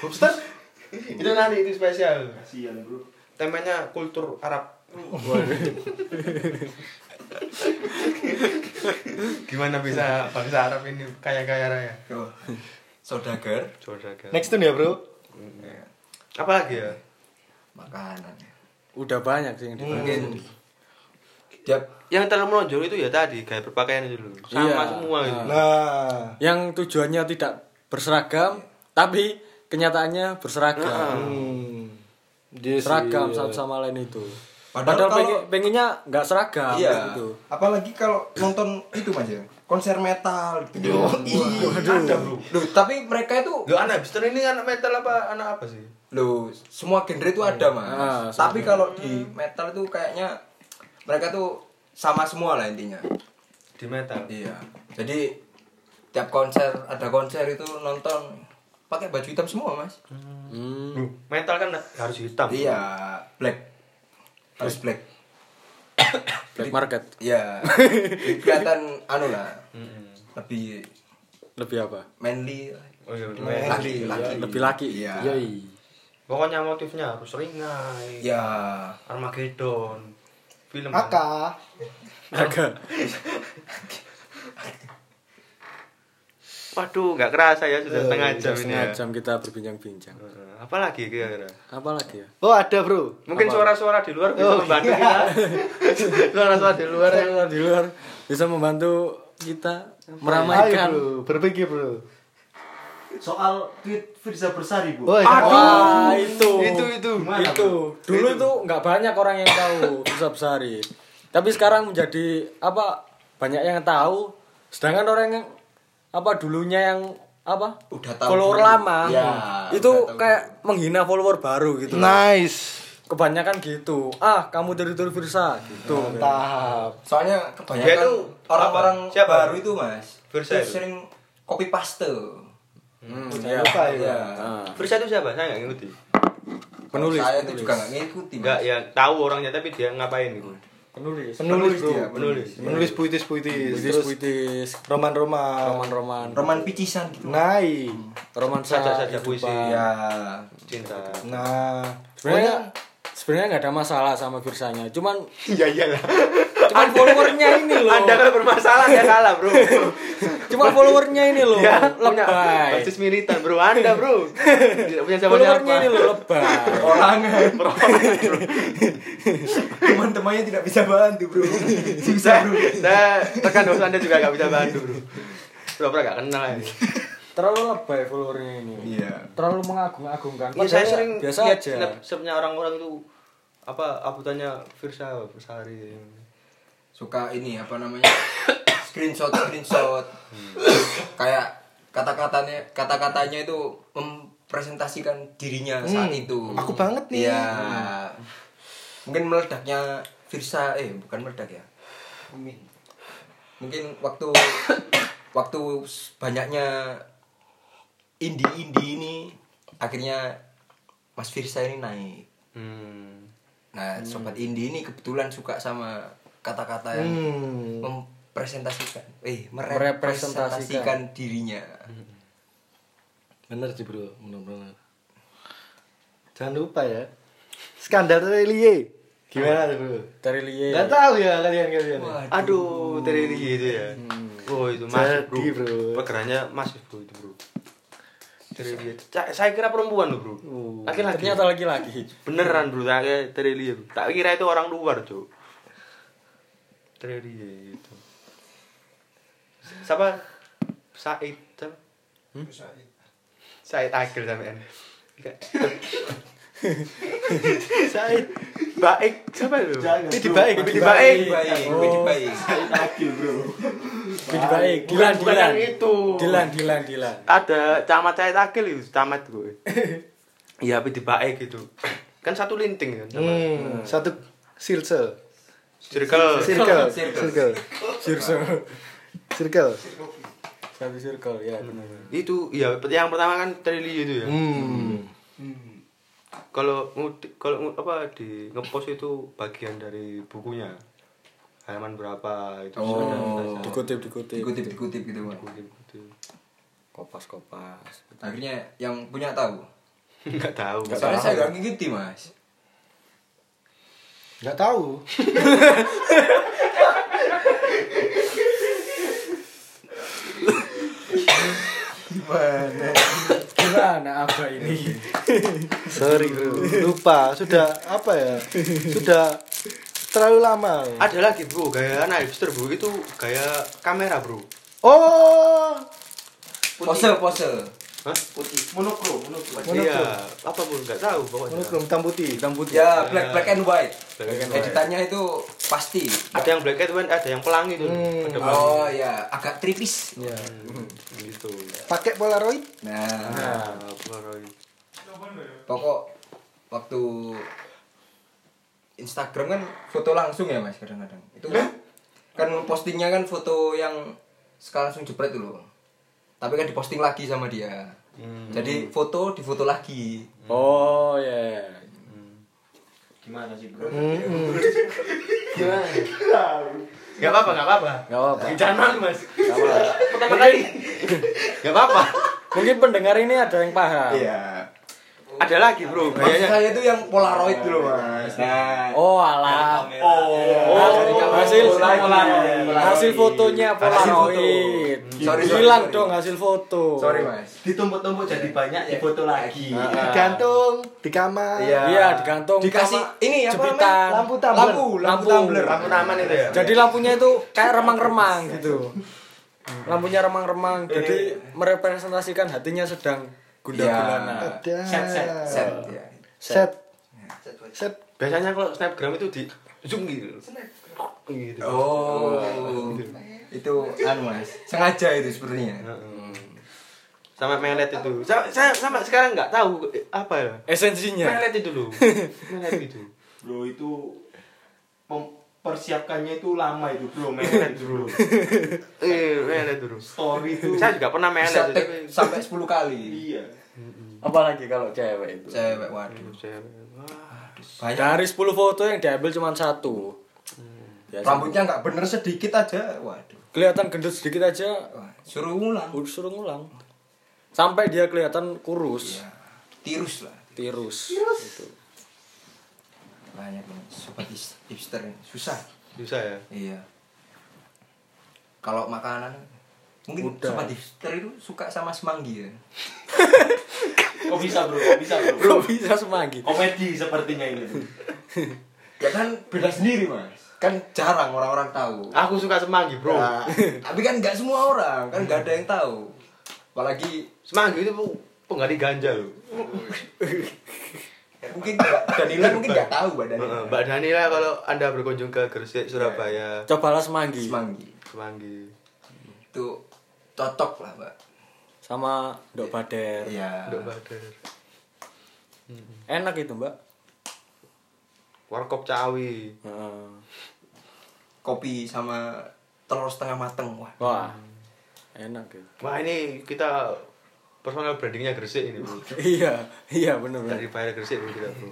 Speaker 1: Hipster? itu nanti itu spesial.
Speaker 6: kasihan bro
Speaker 1: Temanya kultur Arab. Gimana bisa bangsa Arab ini kaya-kaya raya?
Speaker 3: oh. saudagar
Speaker 5: next tune ya bro
Speaker 3: Iya.
Speaker 1: Apalagi ya?
Speaker 3: makanan
Speaker 2: Udah banyak sih yang di
Speaker 3: mungkin tiap
Speaker 1: Yang terlalu menonjol itu ya tadi gaya berpakaian itu dulu. Sama
Speaker 2: Iya.
Speaker 1: semua gitu.
Speaker 5: nah
Speaker 2: Yang tujuannya tidak berseragam, tapi kenyataannya berseragam.
Speaker 5: hmm. Dia sih,
Speaker 2: Seragam
Speaker 5: iya.
Speaker 2: satu sama lain itu.
Speaker 3: Padahal
Speaker 2: Padahal,
Speaker 3: kalau-
Speaker 2: pengen- pengennya nggak seragam
Speaker 3: iya
Speaker 2: gitu.
Speaker 3: apalagi kalau nonton itu mas ya konser metal gitu ada bro Loh, tapi mereka itu
Speaker 1: Lo anak hipster ini anak metal apa anak apa sih?
Speaker 3: Loh, semua genre itu ada, Mas.
Speaker 2: Ah, semua
Speaker 3: Tapi kalau di metal itu kayaknya mereka tuh sama semua lah intinya.
Speaker 1: Di metal.
Speaker 3: Iya. Jadi tiap konser ada konser itu nonton pakai baju hitam semua, Mas.
Speaker 2: Hmm.
Speaker 1: Loh, Metal kan harus hitam.
Speaker 3: Iya, black. Harus black.
Speaker 2: Black market
Speaker 3: Iya. Jadi kelihatan anu lah. Lebih
Speaker 2: lebih apa?
Speaker 3: manly
Speaker 1: Oh iya, betul.
Speaker 3: laki laki
Speaker 2: Lebih laki.
Speaker 3: Iya.
Speaker 5: Yoi.
Speaker 1: Pokoknya motifnya harus ringai.
Speaker 3: Iya.
Speaker 1: Armageddon. Film. kan.
Speaker 5: Aka
Speaker 2: Agak.
Speaker 1: Waduh, nggak kerasa ya sudah setengah jam ini.
Speaker 2: Setengah
Speaker 1: Ya.
Speaker 2: jam kita berbincang-bincang.
Speaker 1: Heeh. Apalagi kira-kira?
Speaker 2: Apalagi ya?
Speaker 5: oh ada bro
Speaker 1: Mungkin suara-suara di luar bisa membantu kita. suara-suara di luar yang
Speaker 5: ya.
Speaker 2: Orang di luar bisa membantu kita
Speaker 5: Iya. ayo
Speaker 2: meramaikan.
Speaker 5: bro berpikir bro
Speaker 6: soal tweet Firza Bersari bu
Speaker 5: oh
Speaker 2: Wah, itu.
Speaker 1: itu itu.
Speaker 2: itu. Dulu itu nggak banyak orang yang tahu Firza Besari. Tapi sekarang menjadi apa? Banyak yang tahu. Sedangkan orang yang apa dulunya yang apa?
Speaker 3: Udah tahu
Speaker 2: follower
Speaker 3: dulu.
Speaker 2: lama.
Speaker 3: Ya, udah
Speaker 2: itu
Speaker 3: tahu
Speaker 2: kayak menghina follower baru gitu.
Speaker 5: Nah. nice
Speaker 2: Kebanyakan gitu. Ah, kamu dari Turi Firza gitu.
Speaker 5: mantap
Speaker 3: Soalnya
Speaker 1: Dia
Speaker 3: kebanyakan
Speaker 1: itu
Speaker 3: orang-orang
Speaker 1: apa? Siapa?
Speaker 3: baru itu mas
Speaker 1: Versa
Speaker 3: itu
Speaker 1: itu?
Speaker 3: sering copy paste.
Speaker 2: Hmm,
Speaker 5: jangan
Speaker 2: ya.
Speaker 5: lupa ya
Speaker 3: Iya.
Speaker 2: Nah,
Speaker 1: Firsa itu siapa? Saya nggak ngikuti.
Speaker 2: penulis.
Speaker 3: Saya itu
Speaker 2: penulis.
Speaker 3: juga nggak ngikuti.
Speaker 1: Nggak, iya.
Speaker 3: Mas.
Speaker 1: ya tahu orangnya tapi dia ngapain gitu.
Speaker 2: penulis
Speaker 5: Penulis, bro.
Speaker 3: dia,
Speaker 1: penulis.
Speaker 5: Menulis puitis-puitis.
Speaker 2: puitis
Speaker 5: Terus
Speaker 2: puitis roman roman
Speaker 5: roman-roman.
Speaker 3: Roman picisan gitu.
Speaker 5: Naik.
Speaker 2: roman
Speaker 1: Saja-saja puisi.
Speaker 3: Ya,
Speaker 1: Cinta.
Speaker 5: Nah,
Speaker 1: Oh,
Speaker 2: sebenarnya sebenarnya nggak ada masalah sama Virsanya cuman
Speaker 1: Iya iyalah.
Speaker 2: cuman followernya ini loh
Speaker 1: Anda kalau bermasalah saya kalah, Bro.
Speaker 2: cuman followernya ini loh
Speaker 1: Ya, punya
Speaker 2: lebay
Speaker 1: basis militan, Bro. Anda, Bro. Tidak punya siapa-siapa.
Speaker 2: followernya ini loh lebay
Speaker 1: Oh, nah.
Speaker 3: orang teman-temannya tidak bisa bantu bro susah bro
Speaker 1: Saya tekan dosa Anda juga gak bisa bantu, Bro. Bro, pernah gak kenal ya.
Speaker 2: Iya,
Speaker 1: ini.
Speaker 2: terlalu lebay followernya ini
Speaker 3: iya
Speaker 2: terlalu mengagung-agungkan
Speaker 1: Iya, saya
Speaker 2: Padahal
Speaker 1: sering
Speaker 2: biasa
Speaker 1: lihat
Speaker 2: aja
Speaker 1: snapnya orang-orang itu apa uploadannya Virsa Versari.
Speaker 3: suka ini apa namanya screenshot screenshot
Speaker 5: Hmm.
Speaker 3: kayak kata-katanya kata-katanya itu mempresentasikan dirinya saat itu
Speaker 5: Hmm. aku banget nih. Hmm.
Speaker 3: iya mungkin meledaknya Virsa eh bukan meledak ya mungkin waktu waktu banyaknya indie-indie ini akhirnya Mas Virsa ini naik
Speaker 1: Hmm.
Speaker 3: Nah, sobat indie ini kebetulan suka sama kata-kata yang
Speaker 1: Hmm.
Speaker 3: mempresentasikan, eh merepresentasikan dirinya.
Speaker 1: Hmm.
Speaker 5: bener sih bro, bener-bener. Jangan lupa ya. Skandal Relie. Gimana tuh bro?
Speaker 2: dari Lie
Speaker 5: Gak tahu ya kalian kalian.
Speaker 1: Aduh, terjadi gitu ya.
Speaker 2: Hmm.
Speaker 1: Oh, itu masif, Bro.
Speaker 5: Jadi, Bro.
Speaker 1: Pergerakannya masif, Bro, itu, Bro. Terjadi. Ca- Saya kira perempuan loh, Bro. Laki-laki.
Speaker 2: Oh.
Speaker 1: Nah,
Speaker 2: ternyata lagi-lagi
Speaker 1: Beneran, Bro. Tak kira terjadi. Tak kira itu orang luar, Cuk. Terjadi gitu. Siapa? Said. siapa? Hmm? Said Agil sampean. Said baik siapa lu?
Speaker 6: Jangan,
Speaker 1: Pidi
Speaker 6: Bro.
Speaker 1: baik, Pidi baik.
Speaker 3: Baik,
Speaker 1: Oh.
Speaker 3: baik, baik.
Speaker 6: Akil bro.
Speaker 2: lebih baik
Speaker 1: Bukan,
Speaker 2: Dilan
Speaker 1: bukan
Speaker 2: Dilan
Speaker 1: yang itu.
Speaker 2: Dilan Dilan Dilan
Speaker 1: ada camat saya takil itu eh. camat gue ya tapi dibaik gitu kan satu linting kan camat.
Speaker 5: Hmm, satu silse.
Speaker 1: circle
Speaker 5: Circle,
Speaker 3: Circle.
Speaker 5: circle,
Speaker 1: Nah.
Speaker 2: circle
Speaker 5: circle.
Speaker 2: satu circle ya
Speaker 1: Hmm.
Speaker 2: benar
Speaker 1: itu ya yang pertama kan trili itu ya
Speaker 5: Hmm.
Speaker 1: kalau ngudi- kalau ngu- apa di ngepost itu bagian dari bukunya halaman berapa itu
Speaker 3: Oh.
Speaker 1: sudah
Speaker 2: dikutip dikutip
Speaker 3: Dikutip-dikutip gitu, Bang.
Speaker 2: kopas kopas
Speaker 3: Akhirnya yang punya tahu.
Speaker 1: nggak tahu
Speaker 3: Soalnya saya gak ngikuti, Mas.
Speaker 5: Gak tahu.
Speaker 2: gimana apa ini
Speaker 5: Sorry bro, lupa. Sudah apa ya? Sudah terlalu lama.
Speaker 1: ada lagi bro gaya anak hipster bro itu gaya kamera bro
Speaker 5: Oh,
Speaker 3: Pose, pose.
Speaker 1: Hah?
Speaker 6: Putih. Monokro, monokro.
Speaker 1: iya apa pun nggak tahu pokoknya
Speaker 5: monokrom hitam putih.
Speaker 2: hitam putih
Speaker 3: Ya, black black and white.
Speaker 1: Black and white.
Speaker 3: Editannya itu pasti.
Speaker 1: ada yang black and white ada yang pelangi tuh ada pelangi
Speaker 3: Oh ya, agak tripis.
Speaker 5: Ya.
Speaker 1: gitu
Speaker 5: Pakai polaroid.
Speaker 3: Nah,
Speaker 1: nah Polaroid.
Speaker 3: pokok waktu Instagram kan foto langsung ya mas kadang-kadang itu kan postingnya kan foto yang sekali langsung jepret dulu tapi kan diposting lagi sama dia jadi foto difoto lagi
Speaker 2: oh
Speaker 1: iya.
Speaker 2: ya
Speaker 6: Gimana sih bro?
Speaker 1: Gak apa-apa, gak apa-apa.
Speaker 2: nggak apa
Speaker 1: Jangan malu, Mas. Pertama kali. Gak apa-apa.
Speaker 2: mungkin pendengar ini ada yang paham
Speaker 3: iya
Speaker 1: Ada lagi, Bro.
Speaker 3: maksud
Speaker 1: Gayanya.
Speaker 3: saya itu yang polaroid dulu mas nah
Speaker 2: oh alah
Speaker 1: Oh,
Speaker 2: hasil
Speaker 3: Polaroid.
Speaker 2: hasil fotonya Polaroid
Speaker 3: foto. Hmm. Sorry, sorry,
Speaker 2: hilang
Speaker 3: sorry.
Speaker 2: dong hasil foto
Speaker 3: sorry mas
Speaker 6: Ditumpuk-tumpuk jadi banyak
Speaker 1: Iya.
Speaker 6: ya foto lagi.
Speaker 5: Ah. Digantung di kamar.
Speaker 2: iya digantung
Speaker 3: dikasih
Speaker 2: sama
Speaker 3: ini apa
Speaker 2: jepitan.
Speaker 3: namanya
Speaker 5: Lampu tumbler.
Speaker 3: lampu lampu
Speaker 2: Lampu.
Speaker 3: tumbler
Speaker 1: Lampu taman itu ya.
Speaker 2: jadi lampunya itu kayak remang-remang gitu lampunya remang-remang jadi merepresentasikan hatinya sedang gundah gulana
Speaker 3: ya.
Speaker 5: Ada.
Speaker 6: Set, set,
Speaker 3: set ya
Speaker 5: Set. Set.
Speaker 1: Biasanya kalau snapgram itu di zoom gitu. Gitu.
Speaker 3: Oh, itu anu mas, sengaja itu sepertinya.
Speaker 1: Heeh. Sama melet itu. Sa- Saya sama sekarang nggak tahu eh, apa ya.
Speaker 3: Iya.
Speaker 2: esensinya
Speaker 1: Melet itu dulu. Melet itu.
Speaker 6: Bro itu mempersiapkannya itu lama itu bro. Melet
Speaker 1: Iya,
Speaker 6: itu bro.
Speaker 1: Eh, melet dulu.
Speaker 6: Story itu.
Speaker 1: Saya juga pernah melet
Speaker 3: Bisa
Speaker 1: tapi
Speaker 3: take sampai 10 kali.
Speaker 6: Iya.
Speaker 2: apalagi kalau cewek itu
Speaker 3: Cewek waduh.
Speaker 1: Saya- ya. wah.
Speaker 3: Banyak.
Speaker 2: dari 10 foto yang diambil cuma satu Biasa.
Speaker 3: Rambutnya nggak bener sedikit aja. Waduh.
Speaker 2: Kelihatan gendut sedikit aja
Speaker 3: Wah, Suruh ulang.
Speaker 2: udah suruh ngulang. Sampai dia kelihatan kurus,
Speaker 3: Ya, Tirus lah.
Speaker 2: tirus. Gitu.
Speaker 3: Banyak banget sobat his- hipster ini. Susah.
Speaker 1: Susah ya.
Speaker 3: Iya. Kalau makanan mungkin
Speaker 2: Udah.
Speaker 3: sobat hipster itu suka sama semanggi ya.
Speaker 6: Kok bisa bro? Kok bisa bro?
Speaker 2: Bro bisa semanggi.
Speaker 6: Komedi sepertinya ini.
Speaker 3: Ya kan beda sendiri mas. Kan jarang orang-orang tahu.
Speaker 1: Aku suka semanggi, Bro.
Speaker 3: Nah, tapi kan nggak semua orang kan nggak ada yang tahu. Apalagi
Speaker 1: Semanggi itu pengganti ganja loh.
Speaker 3: mungkin nggak- Danila mungkin nggak tahu badannya.
Speaker 1: Heeh, Mbak Danila kalau Anda berkunjung ke
Speaker 3: Iya.
Speaker 1: Gresik, Surabaya,
Speaker 2: Cobalah semanggi.
Speaker 3: Semanggi
Speaker 1: semanggi.
Speaker 3: itu cocok lah mbak.
Speaker 2: Sama Dok Bader.
Speaker 3: Iya.
Speaker 1: Ndok Badar.
Speaker 2: Enak itu, Mbak.
Speaker 1: Warkop Cawi.
Speaker 2: Heeh.
Speaker 3: Kopi sama telur setengah mateng wah.
Speaker 2: Wah. Enak ya. itu.
Speaker 1: Wah, ini kita personal brandingnya Gresik ini, Bro.
Speaker 2: iya, iya bener
Speaker 1: Dari
Speaker 2: benar.
Speaker 1: Bayar Gresik ini kita, Bro.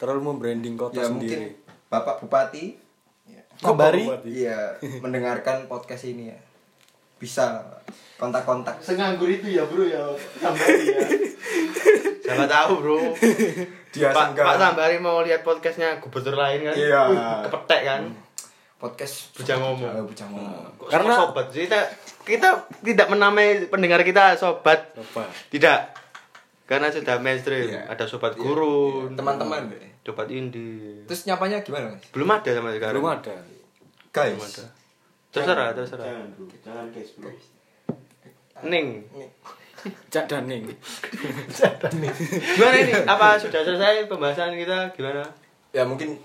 Speaker 2: Terlalu membranding kota
Speaker 3: Ya
Speaker 2: sendiri.
Speaker 3: mungkin bapak bupati ya,
Speaker 5: Kembali
Speaker 3: iya mendengarkan podcast ini ya bisa kontak-kontak.
Speaker 6: Senganggur itu ya bro ya. Tambari ya.
Speaker 1: Siapa tahu, Bro.
Speaker 3: Dia
Speaker 1: Pak,
Speaker 3: sanggar.
Speaker 1: Pak Tambari mau lihat podcastnya gubernur lain kan?
Speaker 3: Iya.
Speaker 1: Kepetek kan?
Speaker 3: Podcast
Speaker 1: Bujang ngomong.
Speaker 3: Eh, Bujang ngomong.
Speaker 1: Kok
Speaker 2: Karena-
Speaker 1: semua sobat Jadi kita kita tidak menamai pendengar kita sobat.
Speaker 2: Coba.
Speaker 1: Tidak. Karena sudah mainstream.
Speaker 3: Iya.
Speaker 1: Ada sobat
Speaker 3: Iya,
Speaker 1: gurun,
Speaker 3: iya. Teman-teman. Mbak.
Speaker 1: sobat indie.
Speaker 3: Terus nyapanya gimana mas?
Speaker 1: Belum ada sama sekarang.
Speaker 2: Belum ada.
Speaker 3: Guys.
Speaker 1: Terserah, terserah.
Speaker 6: Jangan bro. Jangan guys bro.
Speaker 1: Ning.
Speaker 2: Cak Daning.
Speaker 1: Gimana ini? Apa sudah selesai pembahasan kita? Gimana?
Speaker 3: ya mungkin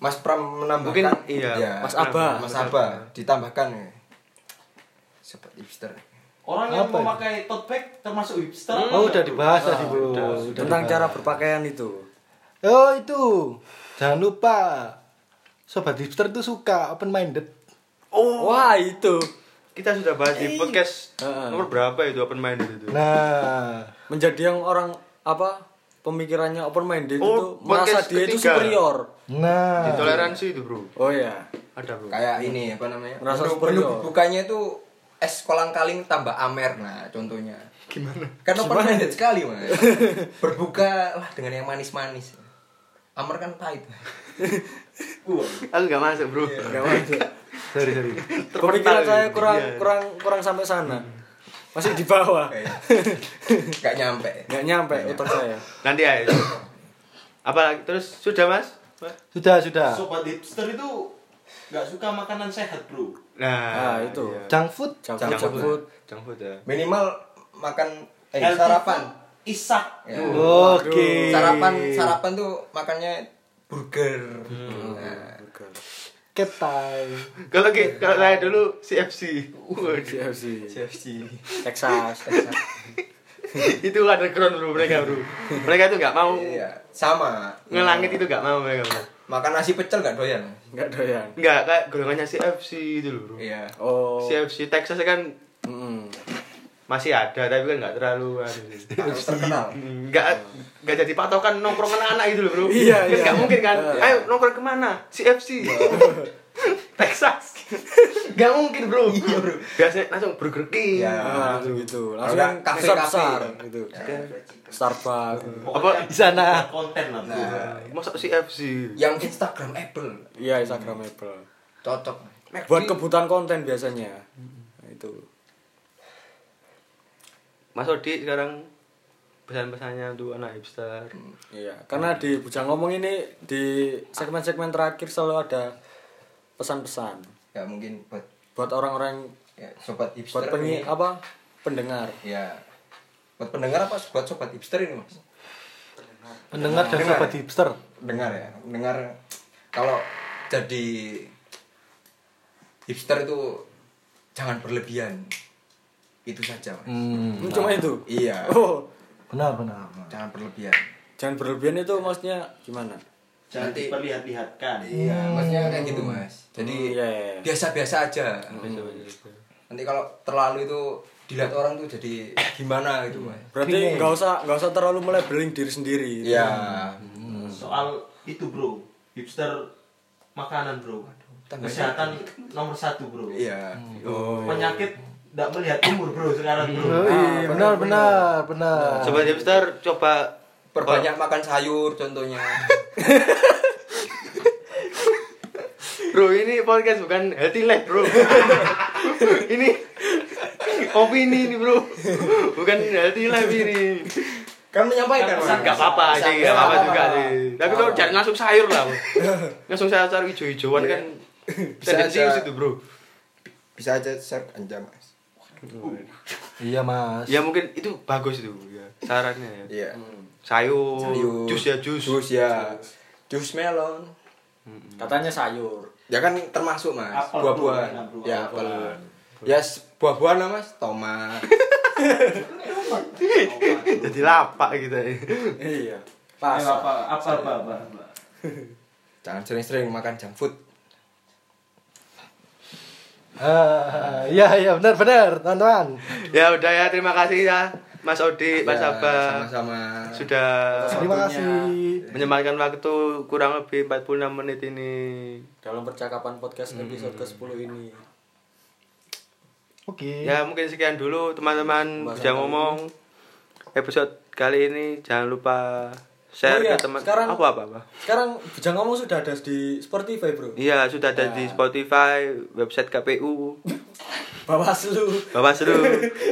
Speaker 3: Mas Pram menambahkan
Speaker 1: Mungkin iya.
Speaker 3: Ya,
Speaker 2: Mas Abah.
Speaker 3: Mas Abah ditambahkan ya. Sobat hipster
Speaker 6: Orang yang memakai tote bag termasuk hipster.
Speaker 3: Hmm.
Speaker 5: Oh, udah dibahas tadi, Bro. Udah
Speaker 2: Tentang
Speaker 5: dibahas.
Speaker 2: cara berpakaian itu.
Speaker 5: Oh, itu. Jangan lupa sobat hipster itu suka open minded.
Speaker 2: Wah, itu.
Speaker 1: Kita sudah bahas di podcast
Speaker 2: Heeh.
Speaker 1: nomor berapa itu open minded itu?
Speaker 5: Nah,
Speaker 2: Menjadi yang orang apa? Pemikirannya open minded itu
Speaker 1: Oh,
Speaker 2: merasa
Speaker 1: podcast
Speaker 2: dia itu
Speaker 1: ketiga.
Speaker 2: superior.
Speaker 1: Di
Speaker 5: nah.
Speaker 1: toleransi itu, Bro.
Speaker 2: Oh ya.
Speaker 1: Ada, Bro.
Speaker 3: kayak ini apa namanya?
Speaker 2: Merasa
Speaker 3: Menu,
Speaker 2: superior.
Speaker 3: menu bukanya itu es kolang kaling tambah amer nah contohnya. Gimana? Karena open minded sekali mas. Berbuka wah dengan yang manis-manis. Amer kan pahit.
Speaker 1: Aku nggak masuk, Bro.
Speaker 2: Iya, Nggak masuk.
Speaker 5: Sorry, sorry.
Speaker 2: Pemikiran saya kurang
Speaker 1: Iya.
Speaker 2: kurang kurang sampai sana. Masih di bawah.
Speaker 3: Kayak Gak nyampe.
Speaker 2: Nggak nyampe otak saya.
Speaker 1: Nanti ya. itu. Apalagi terus sudah, Mas?
Speaker 5: Sudah, sudah.
Speaker 6: Sobat hipster itu nggak suka makanan sehat bro.
Speaker 2: Nah,
Speaker 1: Nah,
Speaker 2: itu.
Speaker 1: iya.
Speaker 5: Junk food.
Speaker 2: Cabut
Speaker 1: Junk food.
Speaker 2: cabut.
Speaker 1: Junk food ya.
Speaker 3: Minimal makan eh,
Speaker 6: Healthy
Speaker 3: sarapan.
Speaker 6: food, Isak.
Speaker 3: Ya.
Speaker 5: Oke.
Speaker 3: Sarapan sarapan tuh makannya burger. Nah,
Speaker 5: Ketai.
Speaker 1: Kalau ki- kalau saya dulu CFC. Waduh.
Speaker 2: KFC.
Speaker 3: KFC.
Speaker 2: Texas.
Speaker 1: itu underground bro mereka bro. Mereka itu nggak mau
Speaker 3: Iya, sama.
Speaker 1: ngelangit itu nggak mau mereka bro.
Speaker 3: Makan nasi pecel gak doyan.
Speaker 2: Nggak doyan.
Speaker 1: Nggak kayak golongannya CFC itu loh bro.
Speaker 3: Iya.
Speaker 2: Oh.
Speaker 1: CFC Texas kan
Speaker 2: mm-mm.
Speaker 1: masih ada tapi kan nggak terlalu anu sih.
Speaker 3: Harus terkenal.
Speaker 1: nggak nggak jadi patokan nongkrong anak-anak itu loh bro.
Speaker 2: Iya,
Speaker 1: Kan
Speaker 2: iya.
Speaker 1: nggak mungkin kan.
Speaker 2: Iya.
Speaker 1: Ayo nongkrong kemana? CFC. Texas. Gak mungkin bro. Iya bro. Biasanya langsung Burger King.
Speaker 3: Iya.
Speaker 2: Ah, langsung gitu. Langsung
Speaker 3: Kalau
Speaker 2: yang
Speaker 3: kafe-kafe.
Speaker 2: besar-besar gitu. Starbucks. gitu.
Speaker 1: Apa
Speaker 5: Di sana.
Speaker 3: Ah.
Speaker 6: Konten lah bro.
Speaker 3: Nah,
Speaker 1: masuk CFC?
Speaker 3: Yang Instagram Apple
Speaker 2: Iya, Instagramable.
Speaker 3: cocok.
Speaker 2: Buat kebutuhan konten biasanya. Nah, itu.
Speaker 1: Mas Odi sekarang pesan-pesannya untuk anak hipster.
Speaker 2: Iya, karena di Bujang Ngomong ini di segmen-segmen terakhir selalu ada pesan-pesan
Speaker 3: Ya mungkin buat
Speaker 2: buat orang-orang
Speaker 3: ya,
Speaker 2: buat
Speaker 3: sobat hipster
Speaker 2: penyi
Speaker 3: ini.
Speaker 2: apa? pendengar.
Speaker 3: Ya. Buat pendengar apa buat sobat hipster ini, Mas?
Speaker 5: Pendengar dan sobat hipster.
Speaker 3: Dengar ya, dengar kalau jadi hipster itu jangan berlebihan. Itu saja, Mas.
Speaker 2: Hmm, Cuma itu.
Speaker 3: Iya.
Speaker 2: Oh,
Speaker 5: Benar, benar.
Speaker 3: Jangan berlebihan.
Speaker 2: jangan berlebihan itu maksudnya gimana?
Speaker 6: Jangan
Speaker 3: Nanti-
Speaker 6: diperlihat-lihatkan.
Speaker 3: Iya, maksudnya kayak gitu mas. Jadi
Speaker 2: Hmm, iya, iya, Hmm. iya.
Speaker 3: biasa-biasa aja. Nanti kalau terlalu itu dilihat orang tuh jadi gimana gitu mas.
Speaker 2: Berarti nggak usah nggak usah terlalu melebeling diri sendiri.
Speaker 3: Iya.
Speaker 2: Hmm.
Speaker 6: Soal itu bro. Hipster makanan bro.
Speaker 3: Tambah-
Speaker 6: kesehatan nomor satu bro
Speaker 3: Iya.
Speaker 2: Hmm.
Speaker 3: Oh.
Speaker 6: penyakit tidak melihat umur bro sekarang bro
Speaker 5: iya, benar, Nah, benar, benar.
Speaker 1: Sobat hipster coba
Speaker 3: Perbanyak makan sayur contohnya.
Speaker 1: Bro, ini podcast bukan healthy life, Bro. ini opini ini, Bro. Bukan healthy life ini.
Speaker 3: kan menyampaikan. Mas.
Speaker 1: Enggak apa-apa sih, enggak apa-apa juga sih. Tapi kalau
Speaker 3: Apa-apa.
Speaker 1: jangan langsung sayur lah. Bro. Langsung sayur sayur hijau-hijauan kan
Speaker 3: Bisa
Speaker 1: tendensius
Speaker 3: aja.
Speaker 1: itu, Bro.
Speaker 3: Bisa aja share ganja, Mas.
Speaker 5: Iya, Mas.
Speaker 1: Ya mungkin itu bagus itu ya sarannya ya.
Speaker 3: Iya.
Speaker 1: Sayur,
Speaker 3: Sayur.
Speaker 1: jus ya jus.
Speaker 3: Jus ya. Jus melon.
Speaker 2: Katanya sayur.
Speaker 3: Ya kan termasuk, Mas.
Speaker 6: Apel,
Speaker 3: Buah-buahan.
Speaker 6: bro.
Speaker 3: Ya, apel. Ya, s- buah-buahan lah, Mas. Tomat.
Speaker 1: Jadi lapak gitu ya.
Speaker 2: Iya.
Speaker 6: Eh,
Speaker 2: Pas.
Speaker 6: apa apa apa apa, apa.
Speaker 3: Jangan sering-sering makan junk food.
Speaker 5: Ah, iya, iya, benar, benar, teman-teman.
Speaker 1: Ya udah ya terima kasih ya Mas Odi, Mas
Speaker 3: Ya,
Speaker 1: Abah
Speaker 3: Sama-sama.
Speaker 1: sudah
Speaker 5: Terima kasih.
Speaker 1: menyempatkan waktu kurang lebih 46 menit ini.
Speaker 2: Dalam percakapan podcast episode ke-10 ini.
Speaker 5: Oke.
Speaker 2: Iya.
Speaker 1: Ya mungkin sekian dulu teman-teman bisa ngomong episode kali ini jangan lupa share
Speaker 2: Oh iya,
Speaker 1: ke teman
Speaker 2: sekarang-
Speaker 1: apa apa apa.
Speaker 2: Sekarang Bujang Ngomong sudah ada di Spotify, Bro.
Speaker 1: Iya sudah ada di Spotify, website KPU,
Speaker 2: Bawaslu.
Speaker 1: Bawaslu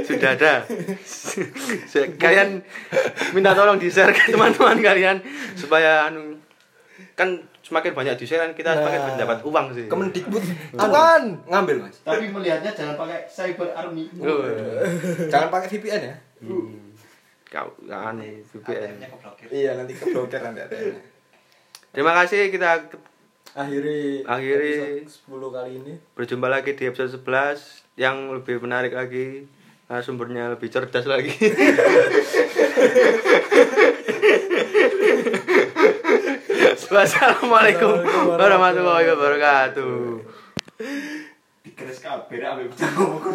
Speaker 1: sudah ada. Se- kalian minta tolong di share ke teman-teman kalian supaya anu kan semakin banyak di share kan kita
Speaker 2: Iya.
Speaker 1: semakin
Speaker 5: Nah.
Speaker 1: mendapat uang sih.
Speaker 3: Kemendikbud.
Speaker 5: Apaan?
Speaker 3: Ngambil, Mas.
Speaker 6: tapi melihatnya jangan pakai cyber army
Speaker 3: Iya.
Speaker 1: Eh,
Speaker 3: Jangan pakai VPN ya.
Speaker 1: Kau anu VPN.
Speaker 6: ya.
Speaker 3: Iya, nanti keblokir nanti ada.
Speaker 1: Terima kasih kita
Speaker 2: Akhiri
Speaker 1: Akhiri.
Speaker 2: episode 10 kali ini.
Speaker 1: berjumpa lagi di episode 11 yang lebih menarik lagi sumbernya lebih cerdas lagi Wassalamualaikum warahmatullahi wabarakatuh
Speaker 6: dikeres kabeh ambek bocah ngomong